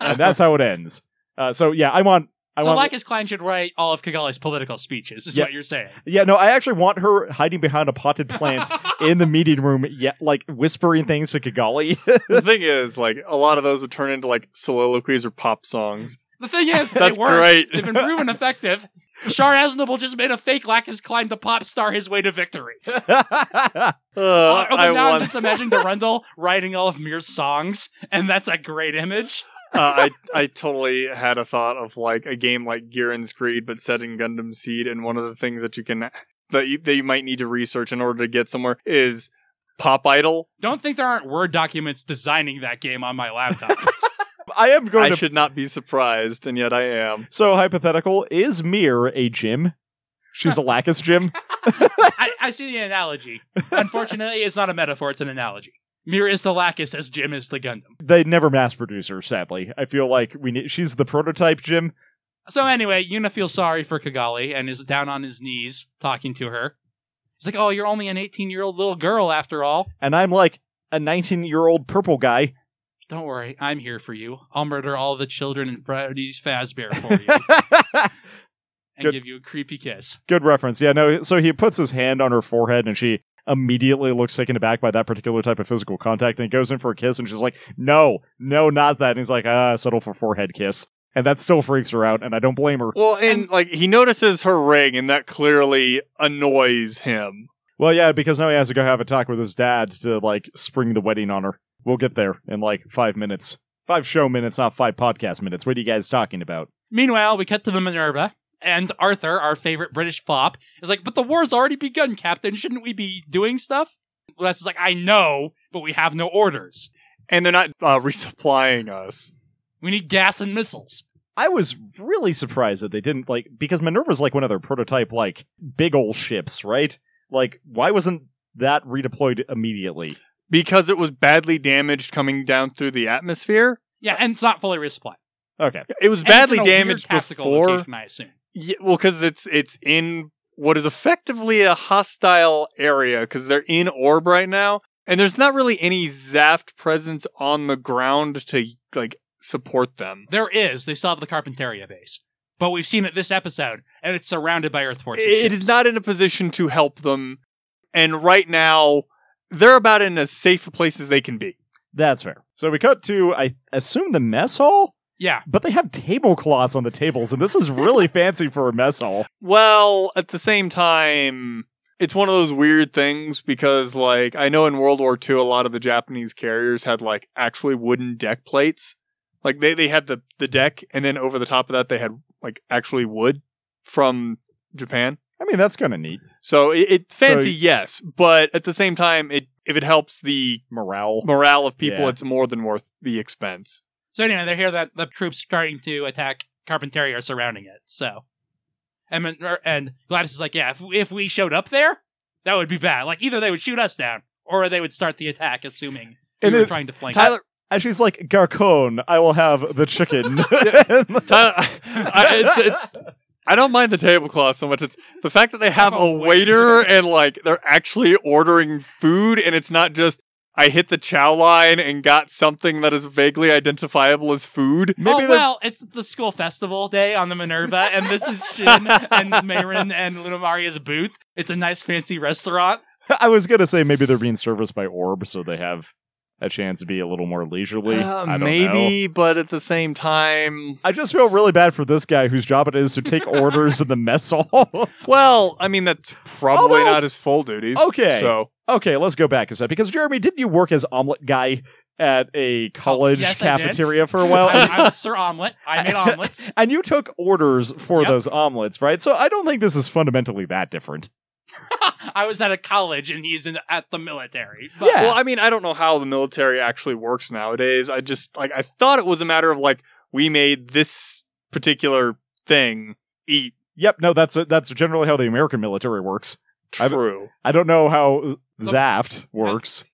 Speaker 7: and that's how it ends. Uh, so yeah, I want, I
Speaker 6: so
Speaker 7: want,
Speaker 6: Lycus Klein should write all of Kigali's political speeches, is
Speaker 7: Yeah.
Speaker 6: what you're saying.
Speaker 7: yeah, no, I actually want her hiding behind a potted plant in the meeting room, yeah, like whispering things to Kigali.
Speaker 8: the thing is, like a lot of those would turn into like soliloquies or pop songs.
Speaker 6: The thing is,
Speaker 8: That's
Speaker 6: they work.
Speaker 8: great.
Speaker 6: They've been proven effective. Shar Aznable just made a fake Lycus Klein the pop star his way to victory.
Speaker 8: Uh,
Speaker 6: Uh, although
Speaker 8: I
Speaker 6: now I'm
Speaker 8: want.
Speaker 6: just imagining Durandal writing all of Mir's songs, and that's a great image.
Speaker 8: uh, I I totally had a thought of like a game like Garen's Creed, but set in Gundam Seed. And one of the things that you can that you, that you might need to research in order to get somewhere is Pop Idol.
Speaker 6: Don't think there aren't Word documents designing that game on my laptop.
Speaker 7: I am going
Speaker 8: I
Speaker 7: to.
Speaker 8: should not be surprised, and yet I am.
Speaker 7: so hypothetical is Mir a gym? She's a Lacus gym.
Speaker 6: I, I see the analogy. Unfortunately, it's not a metaphor, it's an analogy. Mir is the Lacus as Jim is the Gundam.
Speaker 7: They never mass produce her. Sadly, I feel like we need. She's the prototype gym.
Speaker 6: So anyway, Yuna feels sorry for Kigali and is down on his knees talking to her. He's like, oh, you're only an 18-year-old little girl after all.
Speaker 7: and I'm like a 19 year old purple guy.
Speaker 6: Don't worry, I'm here for you. I'll murder all the children in Freddy's Fazbear for you and
Speaker 7: Good.
Speaker 6: give you a creepy kiss.
Speaker 7: Good reference. Yeah, no, so he puts his hand on her forehead and she immediately looks taken aback by that particular type of physical contact and goes in for a kiss and she's like, no, no, not that. And he's like, ah, settle for forehead kiss. And that still freaks her out and I don't blame her.
Speaker 8: Well, and, like he notices her ring, and that clearly annoys him.
Speaker 7: Well, yeah, because now he has to go have a talk with his dad to like spring the wedding on her. We'll get there in like five minutes. Five show minutes, not five podcast minutes. What are you guys talking about?
Speaker 6: Meanwhile, we cut to the Minerva, and Arthur, our favorite British flop, is like, But the war's already begun, Captain. Shouldn't we be doing stuff? Les is like, I know, but we have no orders.
Speaker 8: And they're not uh, resupplying us.
Speaker 6: We need gas and missiles.
Speaker 7: I was really surprised that they didn't like because Minerva's like one of their prototype like big ol' ships, right? Like why wasn't that redeployed immediately?
Speaker 8: Because it was badly damaged coming down through the atmosphere.
Speaker 6: Yeah, and it's not fully resupplied.
Speaker 7: Okay.
Speaker 8: It was
Speaker 6: And it's
Speaker 8: badly
Speaker 6: in a weird
Speaker 8: damaged
Speaker 6: tactical
Speaker 8: before.
Speaker 6: Location, I assume.
Speaker 8: Yeah, well, because it's it's in what is effectively a hostile area because they're in orb right now, and there's not really any Zaft presence on the ground to like support them.
Speaker 6: There is. They still have the Carpentaria base. But we've seen it this episode, and it's surrounded by Earth forces.
Speaker 8: It is not in a position to help them, and right now they're about in as safe a place as they can be.
Speaker 7: That's fair. So we cut to I assume the mess hall,
Speaker 6: Yeah.
Speaker 7: but they have tablecloths on the tables and this is really fancy for a mess hall.
Speaker 8: Well, at the same time, it's one of those weird things because like I know in World War II a lot of the Japanese carriers had like actually wooden deck plates. Like they, they had the, the deck and then over the top of that they had like actually wood from Japan.
Speaker 7: I mean, that's kind of neat.
Speaker 8: So it, it
Speaker 7: So-
Speaker 8: fancy, yes, but at the same time it if it helps the
Speaker 7: Morale.
Speaker 8: morale of people,
Speaker 7: Yeah.
Speaker 8: it's more than worth the expense.
Speaker 6: So anyway, they hear that the troops starting to attack Carpentaria are surrounding it. So, and then- er, and Gladys is like, yeah, if if we showed up there, that would be bad. Like either they would shoot us down or they would start the attack, assuming we
Speaker 7: And
Speaker 6: were
Speaker 7: it-
Speaker 6: trying to flank.
Speaker 7: Tyler- And she's like, Garcon, I will have the chicken.
Speaker 8: Tyler, I, it's, it's, I don't mind the tablecloth so much. It's the fact that they have
Speaker 6: Oh,
Speaker 8: a
Speaker 6: wait.
Speaker 8: waiter and like they're actually ordering food, and it's not just I hit the chow line and got something that is vaguely identifiable as food.
Speaker 7: Maybe
Speaker 6: oh
Speaker 7: they're-
Speaker 6: well, it's the school festival day on the Minerva, and this is Shin and Mayrin and Lunamaria's booth. It's a nice fancy restaurant.
Speaker 7: I was going to say maybe they're being serviced by Orb, so they have a chance to be a little more leisurely.
Speaker 8: Uh,
Speaker 7: I don't know.
Speaker 8: maybe, but at the same time,
Speaker 7: I just feel really bad for this guy whose job it is to take orders in the mess hall.
Speaker 8: well, I mean that's probably
Speaker 7: Although-
Speaker 8: not his full duties.
Speaker 7: Okay.
Speaker 8: so
Speaker 7: okay, let's go back a sec because Jeremy, didn't you work as omelet guy at a college
Speaker 6: yes, I did.
Speaker 7: cafeteria for a while?
Speaker 6: I,
Speaker 7: And-
Speaker 6: I was Sir Omelet. I made omelets.
Speaker 7: and you took orders for
Speaker 6: Yep.
Speaker 7: those omelets, right? So I don't think this is fundamentally that different.
Speaker 6: I was at a college, and he's in, at the military. But
Speaker 7: Yeah.
Speaker 8: Well, I mean, I don't know how the military actually works nowadays. I just like I thought it was a matter of like we made this particular thing eat
Speaker 7: Yep, no, that's that's generally how the American military works. I've-
Speaker 8: true.
Speaker 7: I don't know how Zaft works.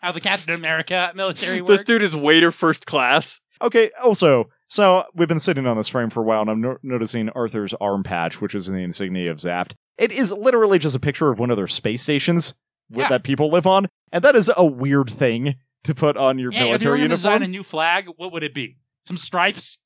Speaker 6: how the Captain America military works.
Speaker 8: This dude is waiter first class.
Speaker 7: Okay, also, so we've been sitting on this frame for a while, and I'm no- noticing Arthur's arm patch, which is in the insignia of Zaft. It is literally just a picture of one of their space stations wi-
Speaker 6: Yeah.
Speaker 7: that people live on, and that is a weird thing to put on your
Speaker 6: yeah, if you were going
Speaker 7: military
Speaker 6: to
Speaker 7: uniform.
Speaker 6: design a new flag, what would it be? Some stripes,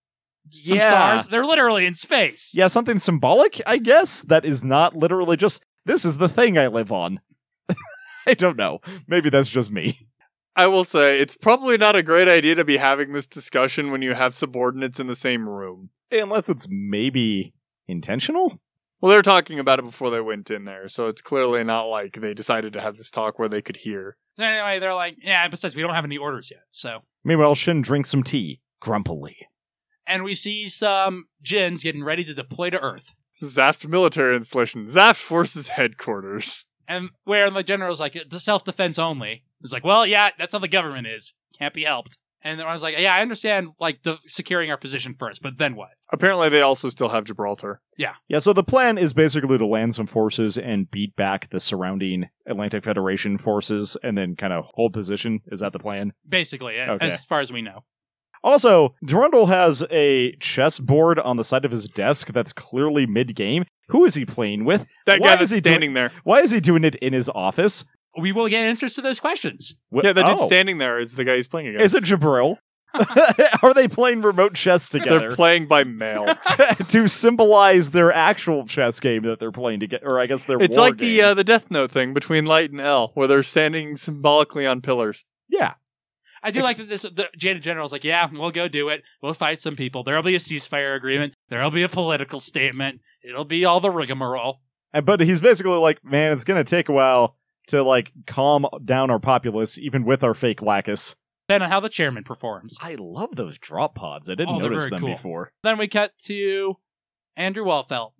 Speaker 6: some
Speaker 7: yeah.
Speaker 6: stars. They're literally in space.
Speaker 7: Yeah, something symbolic, I guess. That is not literally just this is the thing I live on. I don't know. Maybe that's just me.
Speaker 8: I will say it's probably not a great idea to be having this discussion when you have subordinates in the same room.
Speaker 7: Unless it's maybe intentional.
Speaker 8: Well, they were talking about it before they went in there, so it's clearly not like they decided to have this talk where they could hear.
Speaker 6: So anyway, they're like, yeah. Besides, we don't have any orders yet, so.
Speaker 7: Meanwhile, Shin drinks some tea grumpily.
Speaker 6: And we see some Jins getting ready to deploy to Earth.
Speaker 8: This is Zaft military installation, Zaft forces headquarters.
Speaker 6: And where the general's like, it's self defense only. It's like, well, yeah, that's how the government is. Can't be helped. And then I was like, yeah, I understand, like, de- securing our position first, but then what?
Speaker 8: Apparently, they also still have Gibraltar.
Speaker 7: Yeah, so the plan is basically to land some forces and beat back the surrounding Atlantic Federation forces and then kind of hold position. Is that the plan?
Speaker 6: Basically, a-
Speaker 7: Okay.
Speaker 6: as far as we know.
Speaker 7: Also, Durandal has a chessboard on the side of his desk that's clearly mid game. Who is he playing with?
Speaker 8: That
Speaker 7: Why
Speaker 8: guy
Speaker 7: is
Speaker 8: that's
Speaker 7: he doing-
Speaker 8: standing there.
Speaker 7: Why is he doing it in his office?
Speaker 6: We will get answers to those questions.
Speaker 7: Wh-
Speaker 8: Yeah, that dude
Speaker 7: oh.
Speaker 8: standing there is the guy he's playing against.
Speaker 7: Is it Jabril? Are they playing remote chess
Speaker 8: They're
Speaker 7: together
Speaker 8: playing by mail.
Speaker 7: to symbolize their actual chess game that they're playing together? Or I guess their
Speaker 8: it's
Speaker 7: war
Speaker 8: like the
Speaker 7: game.
Speaker 8: uh, the Death Note thing between Light and L, where they're standing symbolically on pillars.
Speaker 7: yeah.
Speaker 6: I do
Speaker 7: It's-
Speaker 6: like that this the Janet General's like, yeah, we'll go do it. We'll fight some people. There'll be a ceasefire agreement. There'll be a political statement. It'll be all the rigmarole.
Speaker 7: And- But he's basically like, man, it's gonna take a while to like calm down our populace, even with our fake lacus.
Speaker 6: Depending on how the chairman performs.
Speaker 7: I love those drop pods. I didn't
Speaker 6: Oh, they're
Speaker 7: notice
Speaker 6: very
Speaker 7: them
Speaker 6: cool.
Speaker 7: before.
Speaker 6: Then we cut to Andrew Walfelt.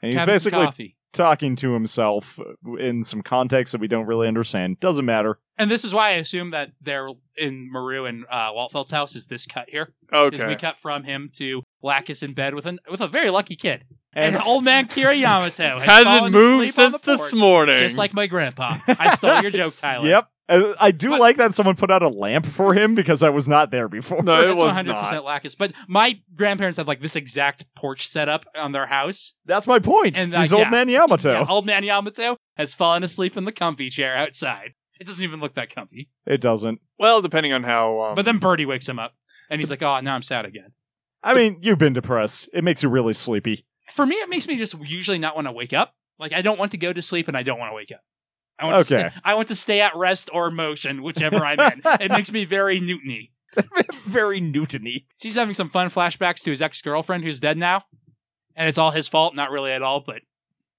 Speaker 7: And he's
Speaker 6: having some
Speaker 7: basically
Speaker 6: coffee.
Speaker 7: talking to himself in some context that we don't really understand. Doesn't matter.
Speaker 6: And this is why I assume that they're in Maru and uh, Waltfeld's house is this cut here. Because we
Speaker 8: Okay.
Speaker 6: cut from him to Lacus in bed with an with a very lucky kid. And,
Speaker 7: And
Speaker 6: old man Kira Yamato has fallen
Speaker 8: Hasn't moved
Speaker 6: asleep on
Speaker 8: since
Speaker 6: the
Speaker 8: this
Speaker 6: porch,
Speaker 8: morning.
Speaker 6: Just like my grandpa. I stole your joke, Tyler.
Speaker 7: yep. Uh, I I do
Speaker 6: But-
Speaker 7: like that someone put out a lamp for him because I was not there before.
Speaker 8: no, it
Speaker 6: That's
Speaker 8: was
Speaker 6: 100%
Speaker 8: not.
Speaker 6: Lacus. But my grandparents had like this exact porch setup on their house.
Speaker 7: That's my point.
Speaker 6: And, uh,
Speaker 7: He's
Speaker 6: yeah.
Speaker 7: old man Yamato.
Speaker 6: Yeah, old man Yamato has fallen asleep in the comfy chair outside. It doesn't even look that comfy.
Speaker 7: It doesn't.
Speaker 8: Well, depending on how. Um,
Speaker 6: But then Birdie wakes him up and he's like, oh, now I'm sad again.
Speaker 7: I mean, you've been depressed. It makes you really sleepy.
Speaker 6: For me, it makes me just usually not want to wake up. Like, I don't want to go to sleep and I don't want to wake up. I want, to
Speaker 7: Okay.
Speaker 6: stay, I want to stay at rest or motion, whichever I'm in. It makes me very Newtony.
Speaker 7: Very Newtony.
Speaker 6: She's having some fun flashbacks to his ex girlfriend who's dead now. And it's all his fault. Not really at all, but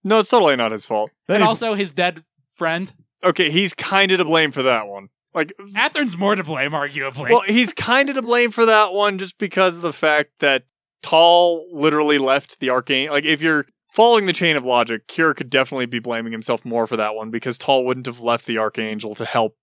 Speaker 8: No, it's totally not his fault.
Speaker 7: Then
Speaker 6: and
Speaker 7: he-
Speaker 6: also his dead friend.
Speaker 8: Okay, he's kind of to blame for that one. Like,
Speaker 6: Atherin's more to blame, arguably.
Speaker 8: well, he's kind of to blame for that one just because of the fact that Tall literally left the arcane. Like, if you're following the chain of logic, Kira could definitely be blaming himself more for that one because Tall wouldn't have left the archangel to help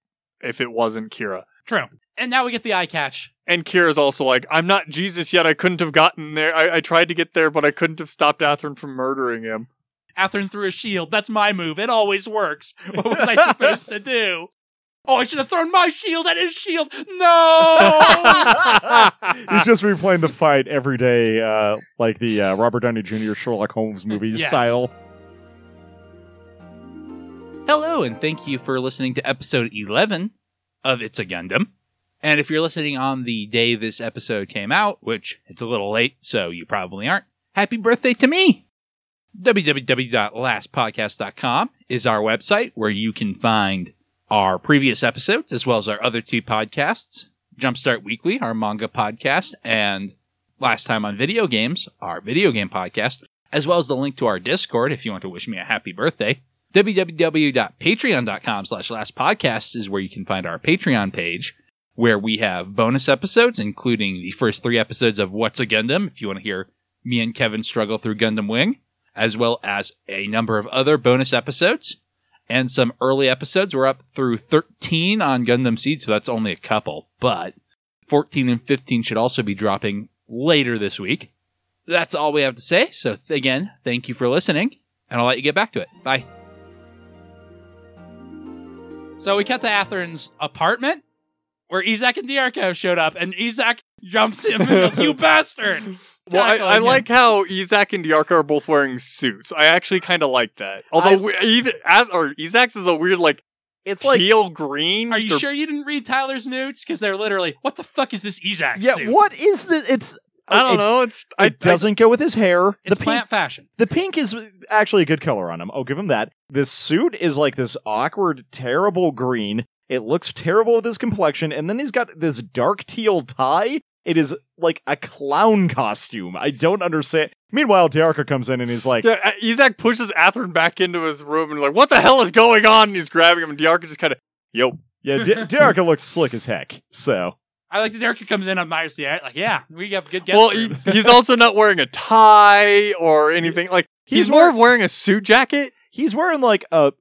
Speaker 8: if it wasn't Kira.
Speaker 6: True. And now we get the eye catch.
Speaker 8: And Kira's also like, I'm not Jesus yet. I couldn't have gotten there. I, I tried to get there, but I couldn't have stopped Atherin from murdering him.
Speaker 6: Atherin threw a shield. That's my move. It always works. What was I supposed to do? Oh, I should have thrown my shield at his shield. No!
Speaker 7: He's just replaying the fight every day, uh, like the uh, Robert Downey Jr. Sherlock Holmes movie
Speaker 6: Yes.
Speaker 7: style.
Speaker 6: Hello, and thank you for listening to episode 11 of It's a Gundam. And if you're listening on the day this episode came out, which it's a little late, so you probably aren't, happy birthday to me! www.lastpodcast.com is our website where you can find our previous episodes as well as our other two podcasts Jumpstart Weekly, our manga podcast, and Last Time on Video Games, our video game podcast, as well as the link to our Discord if you want to wish me a happy birthday www.patreon.com slash last podcast is where you can find our patreon page where we have bonus episodes including the first three episodes of what's a gundam if you want to hear me and kevin struggle through gundam wing as well as a number of other bonus episodes and some early episodes we're up through 13 on gundam seed so that's only a couple but 14 and 15 should also be dropping later this week that's all we have to say so again thank you for listening and i'll let you get back to it bye so we cut to Atherin's apartment where Izak and Diarco showed up, and Izak jumps him and goes, You bastard!
Speaker 8: Well,
Speaker 6: Tackle
Speaker 8: I, I
Speaker 6: him.
Speaker 8: like how Izak and Diarca are both wearing suits. I actually kind of like that. Although we, either, Ath- or Izak's is a weird like
Speaker 7: It's
Speaker 8: teal green.
Speaker 6: Are you
Speaker 8: or-
Speaker 6: sure you didn't read Tyler's notes? Because they're literally, What the fuck is this Izak?
Speaker 7: yeah.
Speaker 6: suit?
Speaker 7: What is this? It's
Speaker 8: I don't
Speaker 7: it-
Speaker 8: know. It's
Speaker 7: It
Speaker 8: I, I,
Speaker 7: doesn't go with his hair.
Speaker 6: It's
Speaker 7: the pink,
Speaker 6: plant fashion.
Speaker 7: the pink is actually a good color on him. I'll give him that. This suit is like this awkward, terrible green. It looks terrible with his complexion, and then he's got this dark teal tie. It is like a clown costume. I don't understand. Meanwhile, Diarca comes in and he's like,
Speaker 8: yeah, uh, Izak pushes Atherin back into his room and like, what the hell is going on? And he's grabbing him, and Diarca just kind of, yo,
Speaker 7: "Yeah, Di- Diarca looks slick as heck." So
Speaker 6: I like that Derek comes in on Myers the like, Yeah, we have good guest
Speaker 8: well, he,
Speaker 6: rooms.
Speaker 8: he's also not wearing a tie or anything. Like he's,
Speaker 7: He's
Speaker 8: more
Speaker 7: wear-
Speaker 8: of wearing a suit jacket.
Speaker 7: he's wearing like a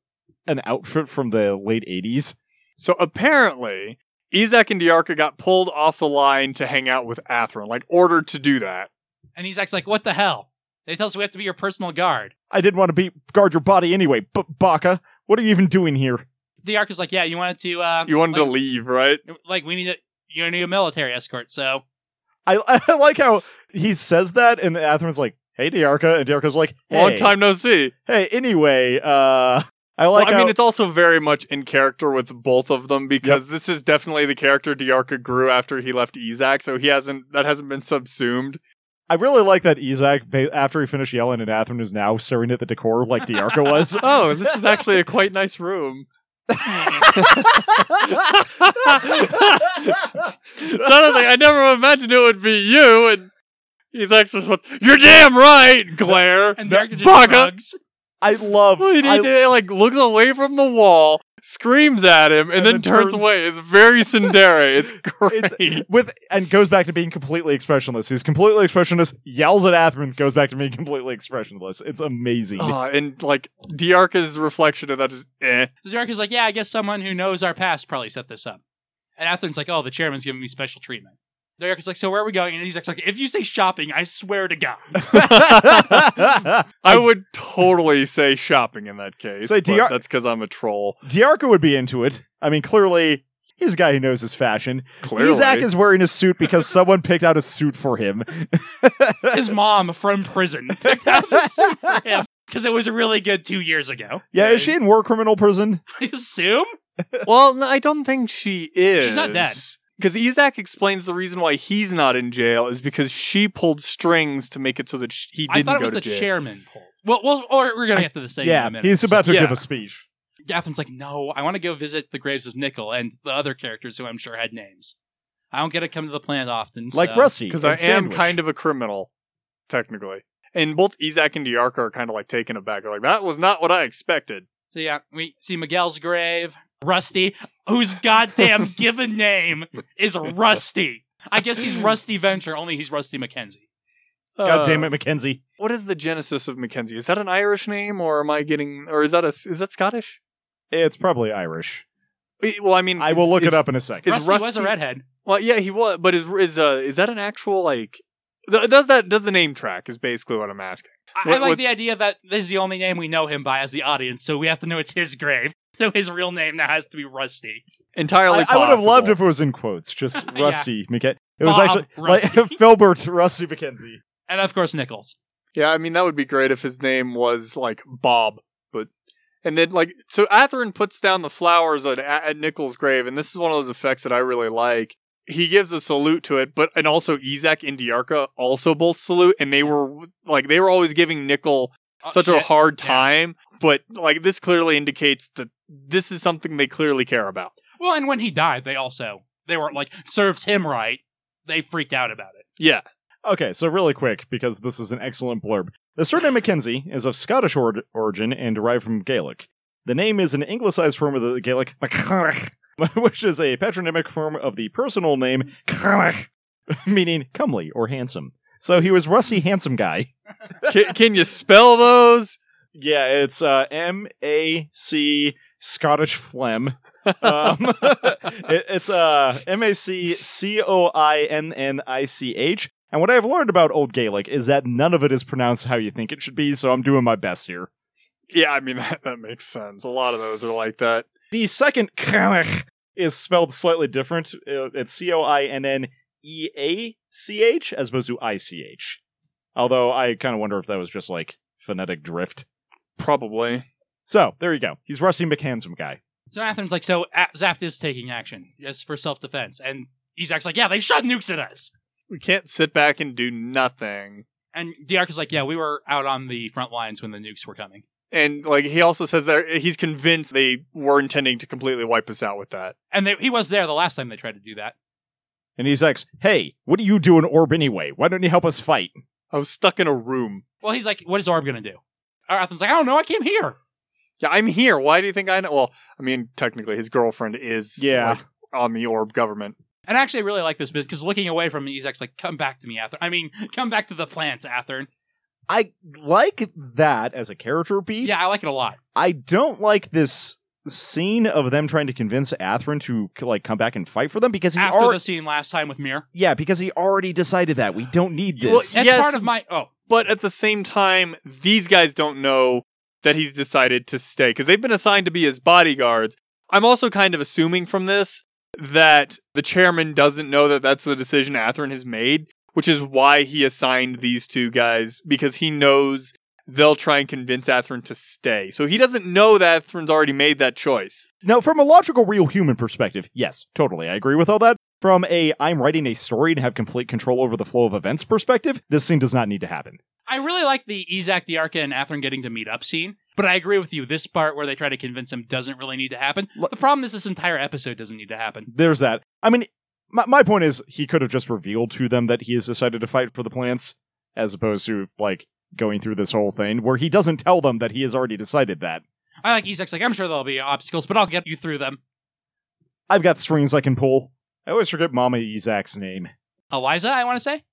Speaker 7: an outfit from the late '80s.
Speaker 8: So apparently, Izak and Diarca got pulled off the line to hang out with Atherin, like ordered to do that.
Speaker 6: And Izak's like, What the hell? They tell us we have to be your personal guard.
Speaker 7: I didn't want to be guard your body anyway, but Baka, what are you even doing here?
Speaker 6: Diarca's like, Yeah, you wanted to, uh,
Speaker 8: You wanted
Speaker 6: like,
Speaker 8: to leave, right?
Speaker 6: like, we need a, you need a military escort, so
Speaker 7: I, I like how he says that, and Atherin's like, "Hey, Diarca," and Diarca's like, hey,
Speaker 8: Long time no see.
Speaker 7: Hey, anyway, uh, I
Speaker 8: Well,
Speaker 7: like.
Speaker 8: I
Speaker 7: how-
Speaker 8: mean, it's also very much in character with both of them because this is definitely the character Diarca grew after he left Ezak, so he hasn't that hasn't been subsumed.
Speaker 7: I really like that Izak ba- after he finished yelling, and Atherin is now staring at the decor like Diarca was.
Speaker 8: Oh, this is actually a quite nice room. Sounded like I never imagined it would be you and Ezak's response. You're damn right, glare.
Speaker 6: and Derek just
Speaker 8: Baka.
Speaker 6: shrugs.
Speaker 7: I love.
Speaker 8: Well, he,
Speaker 7: I-
Speaker 8: did- he, like looks away from the wall, screams at him, and,
Speaker 7: And
Speaker 8: then,
Speaker 7: then
Speaker 8: turns,
Speaker 7: turns-
Speaker 8: away. It's very Sundere. It's great.
Speaker 7: It's- with and goes back to being completely expressionless. He's completely expressionless. Yells at Atherin, goes back to being completely expressionless. It's amazing.
Speaker 8: Ah, and like Diarca's reflection of that is eh.
Speaker 6: Zarek is like, yeah, I guess someone who knows our past probably set this up. And Atherin's like, oh, the chairman's giving me special treatment. Zarek is like, so where are we going? And he's like, if you say shopping, I swear to God.
Speaker 8: I would totally say shopping in that case.
Speaker 7: So
Speaker 8: but
Speaker 7: Diar-
Speaker 8: that's because I'm a troll.
Speaker 7: Diarca would be into it. I mean, clearly. He's a guy who knows his fashion.
Speaker 8: Clearly,
Speaker 7: Izak is wearing a suit because someone picked out a suit for him.
Speaker 6: His mom from prison picked out the suit for him because it was really good two years ago.
Speaker 7: Yeah, is she in war criminal prison?
Speaker 6: I assume.
Speaker 8: well, no, I don't think she is.
Speaker 6: She's not dead.
Speaker 8: Because Izak explains the reason why he's not in jail is because she pulled strings to make it so that sh- he didn't
Speaker 6: I thought it
Speaker 8: go
Speaker 6: was
Speaker 8: to
Speaker 6: the
Speaker 8: jail.
Speaker 6: chairman poll. Well, well, or we're gonna get to the same. in
Speaker 7: yeah,
Speaker 6: a minute,
Speaker 7: he's
Speaker 6: so-
Speaker 7: about to
Speaker 8: Yeah.
Speaker 7: give a speech.
Speaker 6: Gathrin's like, no, I want to go visit the graves of Nickel and the other characters who I'm sure had names. I don't get to come to the planet often.
Speaker 7: Like
Speaker 6: so.
Speaker 7: Rusty.
Speaker 8: Because I am kind of a criminal, technically. And both Izak and Diarca are kind of like taken aback. They're like, that was not what I expected.
Speaker 6: So yeah, we see Miguel's grave, Rusty, whose goddamn given name is Rusty. I guess he's Rusty Venture, only he's Rusty McKenzie. Uh,
Speaker 7: God damn it, Mackenzie.
Speaker 8: What is the genesis of Mackenzie? Is that an Irish name, or am I getting, or is that a, is that Scottish?
Speaker 7: It's probably Irish.
Speaker 8: Eh, Well, I mean,
Speaker 7: I will
Speaker 8: is-
Speaker 7: look
Speaker 8: is-
Speaker 7: it up in a second.
Speaker 8: is
Speaker 6: Rusty was a
Speaker 8: Rusty-
Speaker 6: redhead.
Speaker 8: Well, yeah, he was, but is is uh is that an actual like? th- Does that does the name track is basically what I'm asking.
Speaker 6: I, I
Speaker 8: What-
Speaker 6: like
Speaker 8: what-
Speaker 6: the idea that this is the only name we know him by as the audience, so we have to know it's his grave. So his real name now has to be Rusty.
Speaker 8: Entirely,
Speaker 7: I, I would have
Speaker 8: possible.
Speaker 7: loved if it was in quotes, just
Speaker 6: Yeah.
Speaker 7: Rusty McKenzie. It was
Speaker 6: Bob
Speaker 7: actually like
Speaker 6: Rusty.
Speaker 7: Filbert Rusty McKenzie.
Speaker 6: And of course Nichols.
Speaker 8: Yeah, I mean that would be great if his name was like Bob, but and then like so Atherin puts down the flowers at, at Nichols' grave, and this is one of those effects that I really like. He gives a salute to it, but and also Izak and Diarca also both salute, and they were like they were always giving Nickel
Speaker 6: Oh,
Speaker 8: such a
Speaker 6: shit.
Speaker 8: hard
Speaker 6: Yeah.
Speaker 8: time, but like this clearly indicates that this is something they clearly care about.
Speaker 6: Well, and when he died, they also they were like serves him right. They freaked out about it.
Speaker 8: Yeah.
Speaker 7: Okay, so really quick, because this is an excellent blurb. The surname Mackenzie is of Scottish or- origin and derived from Gaelic. The name is an anglicized form of the Gaelic Macharach, which is a patronymic form of the personal name Carach, meaning comely or handsome. So he was Rusty Handsome Guy.
Speaker 8: can, can you spell those?
Speaker 7: Yeah, it's uh, M A C Scottish phlegm. Um, it, it's uh, M A C C O I N N I C H. And what I've learned about Old Gaelic is that none of it is pronounced how you think it should be, so I'm doing my best here.
Speaker 8: Yeah, I mean that, that makes sense. A lot of those are like that.
Speaker 7: The second Gaelic is spelled slightly different. It- It's C O I N N E A C H as opposed to I C H. Although I kind of wonder if that was just like phonetic drift.
Speaker 8: Probably.
Speaker 7: So there you go. He's Rusty McHandsome guy.
Speaker 6: So Atherin's like, so A- Zaft is taking action, yes, for self defense, and Isaac's like, yeah, they shot nukes at us.
Speaker 8: We can't sit back and do nothing.
Speaker 6: And Diarc is like, yeah, we were out on the front lines when the nukes were coming.
Speaker 8: And like he also says that he's convinced they were intending to completely wipe us out with that.
Speaker 6: And they, he was there the last time they tried to do that.
Speaker 7: And he's like, hey, what do you do in orb anyway? Why don't you help us fight?
Speaker 8: I was stuck in a room.
Speaker 6: Well, he's like, what is Orb going to do? Or Atherin's like, I don't know, I came here.
Speaker 8: Yeah, I'm here. Why do you think I know? Well, I mean, technically, his girlfriend is
Speaker 7: Yeah.
Speaker 8: like, on the orb government.
Speaker 6: And actually, I really like this bit because looking away from Isaac's like, come back to me, Atherin. I mean, come back to the plants, Atherin.
Speaker 7: I like that as a character beat.
Speaker 6: Yeah, I like it a lot.
Speaker 7: I don't like this scene of them trying to convince Atherin to like come back and fight for them because he
Speaker 6: After
Speaker 7: already
Speaker 6: the scene last time with Mir.
Speaker 7: Yeah, because he already decided that. We don't need
Speaker 8: Well,
Speaker 7: this.
Speaker 6: That's
Speaker 8: Yes.
Speaker 6: part of my. Oh,
Speaker 8: But at the same time, these guys don't know that he's decided to stay because they've been assigned to be his bodyguards. I'm also kind of assuming from this that the chairman doesn't know that that's the decision Atherin has made, which is why he assigned these two guys because he knows they'll try and convince Atherin to stay. So he doesn't know that Atherin's already made that choice.
Speaker 7: Now, from a logical, real human perspective, yes, totally. I agree with all that. From a I'm writing a story and have complete control over the flow of events perspective, this scene does not need to happen.
Speaker 6: I really like the Isaac, Diarca, and Atherin getting to meet up scene. But I agree with you. This part where they try to convince him doesn't really need to happen.
Speaker 7: Look-
Speaker 6: The problem is this entire episode doesn't need to happen.
Speaker 7: There's that. I mean, my, my point is he could have just revealed to them that he has decided to fight for the plants, as opposed to like going through this whole thing where he doesn't tell them that he has already decided that.
Speaker 6: I like Isaac's like, I'm sure there'll be obstacles, but I'll get you through them.
Speaker 7: I've got strings I can pull. I always forget Mama Isaac's name.
Speaker 6: Eliza, I want to say.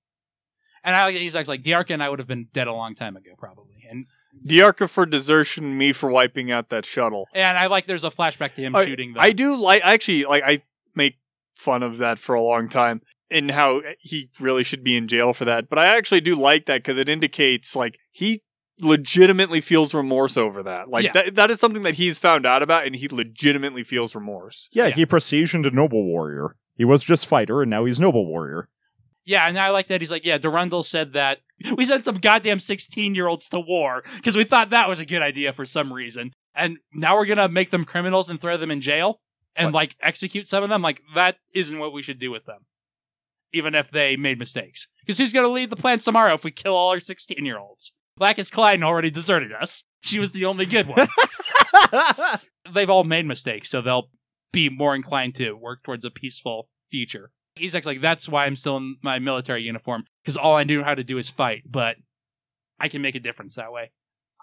Speaker 6: And I like Isaac's like, Diarca and I would have been dead a long time ago, probably. And
Speaker 8: Diarca for desertion, me for wiping out that shuttle.
Speaker 6: and I like there's a flashback to him
Speaker 8: I-
Speaker 6: shooting the
Speaker 8: I do like actually like I make fun of that for a long time and how eh, he really should be in jail for that. But I actually do like that because it indicates like he legitimately feels remorse over that. Like
Speaker 6: Yeah.
Speaker 8: that that is something that he's found out about and he legitimately feels remorse.
Speaker 7: Yeah,
Speaker 6: Yeah.
Speaker 7: he prestiged a noble warrior. He was just fighter, and now he's noble warrior.
Speaker 6: Yeah, and I like that he's like, yeah, Durandal said that we sent some goddamn 16 year olds to war because we thought that was a good idea for some reason. And now we're going to make them criminals and throw them in jail and like execute some of them. Like, that isn't what we should do with them, even if they made mistakes. Because who's going to lead the plants tomorrow if we kill all our 16 year olds? Blackest Clyde already deserted us. She was the only good one. They've all made mistakes, so they'll be more inclined to work towards a peaceful future. Isaac's like, that's why I'm still in my military uniform, because all I knew how to do is fight, but I can make a difference that way.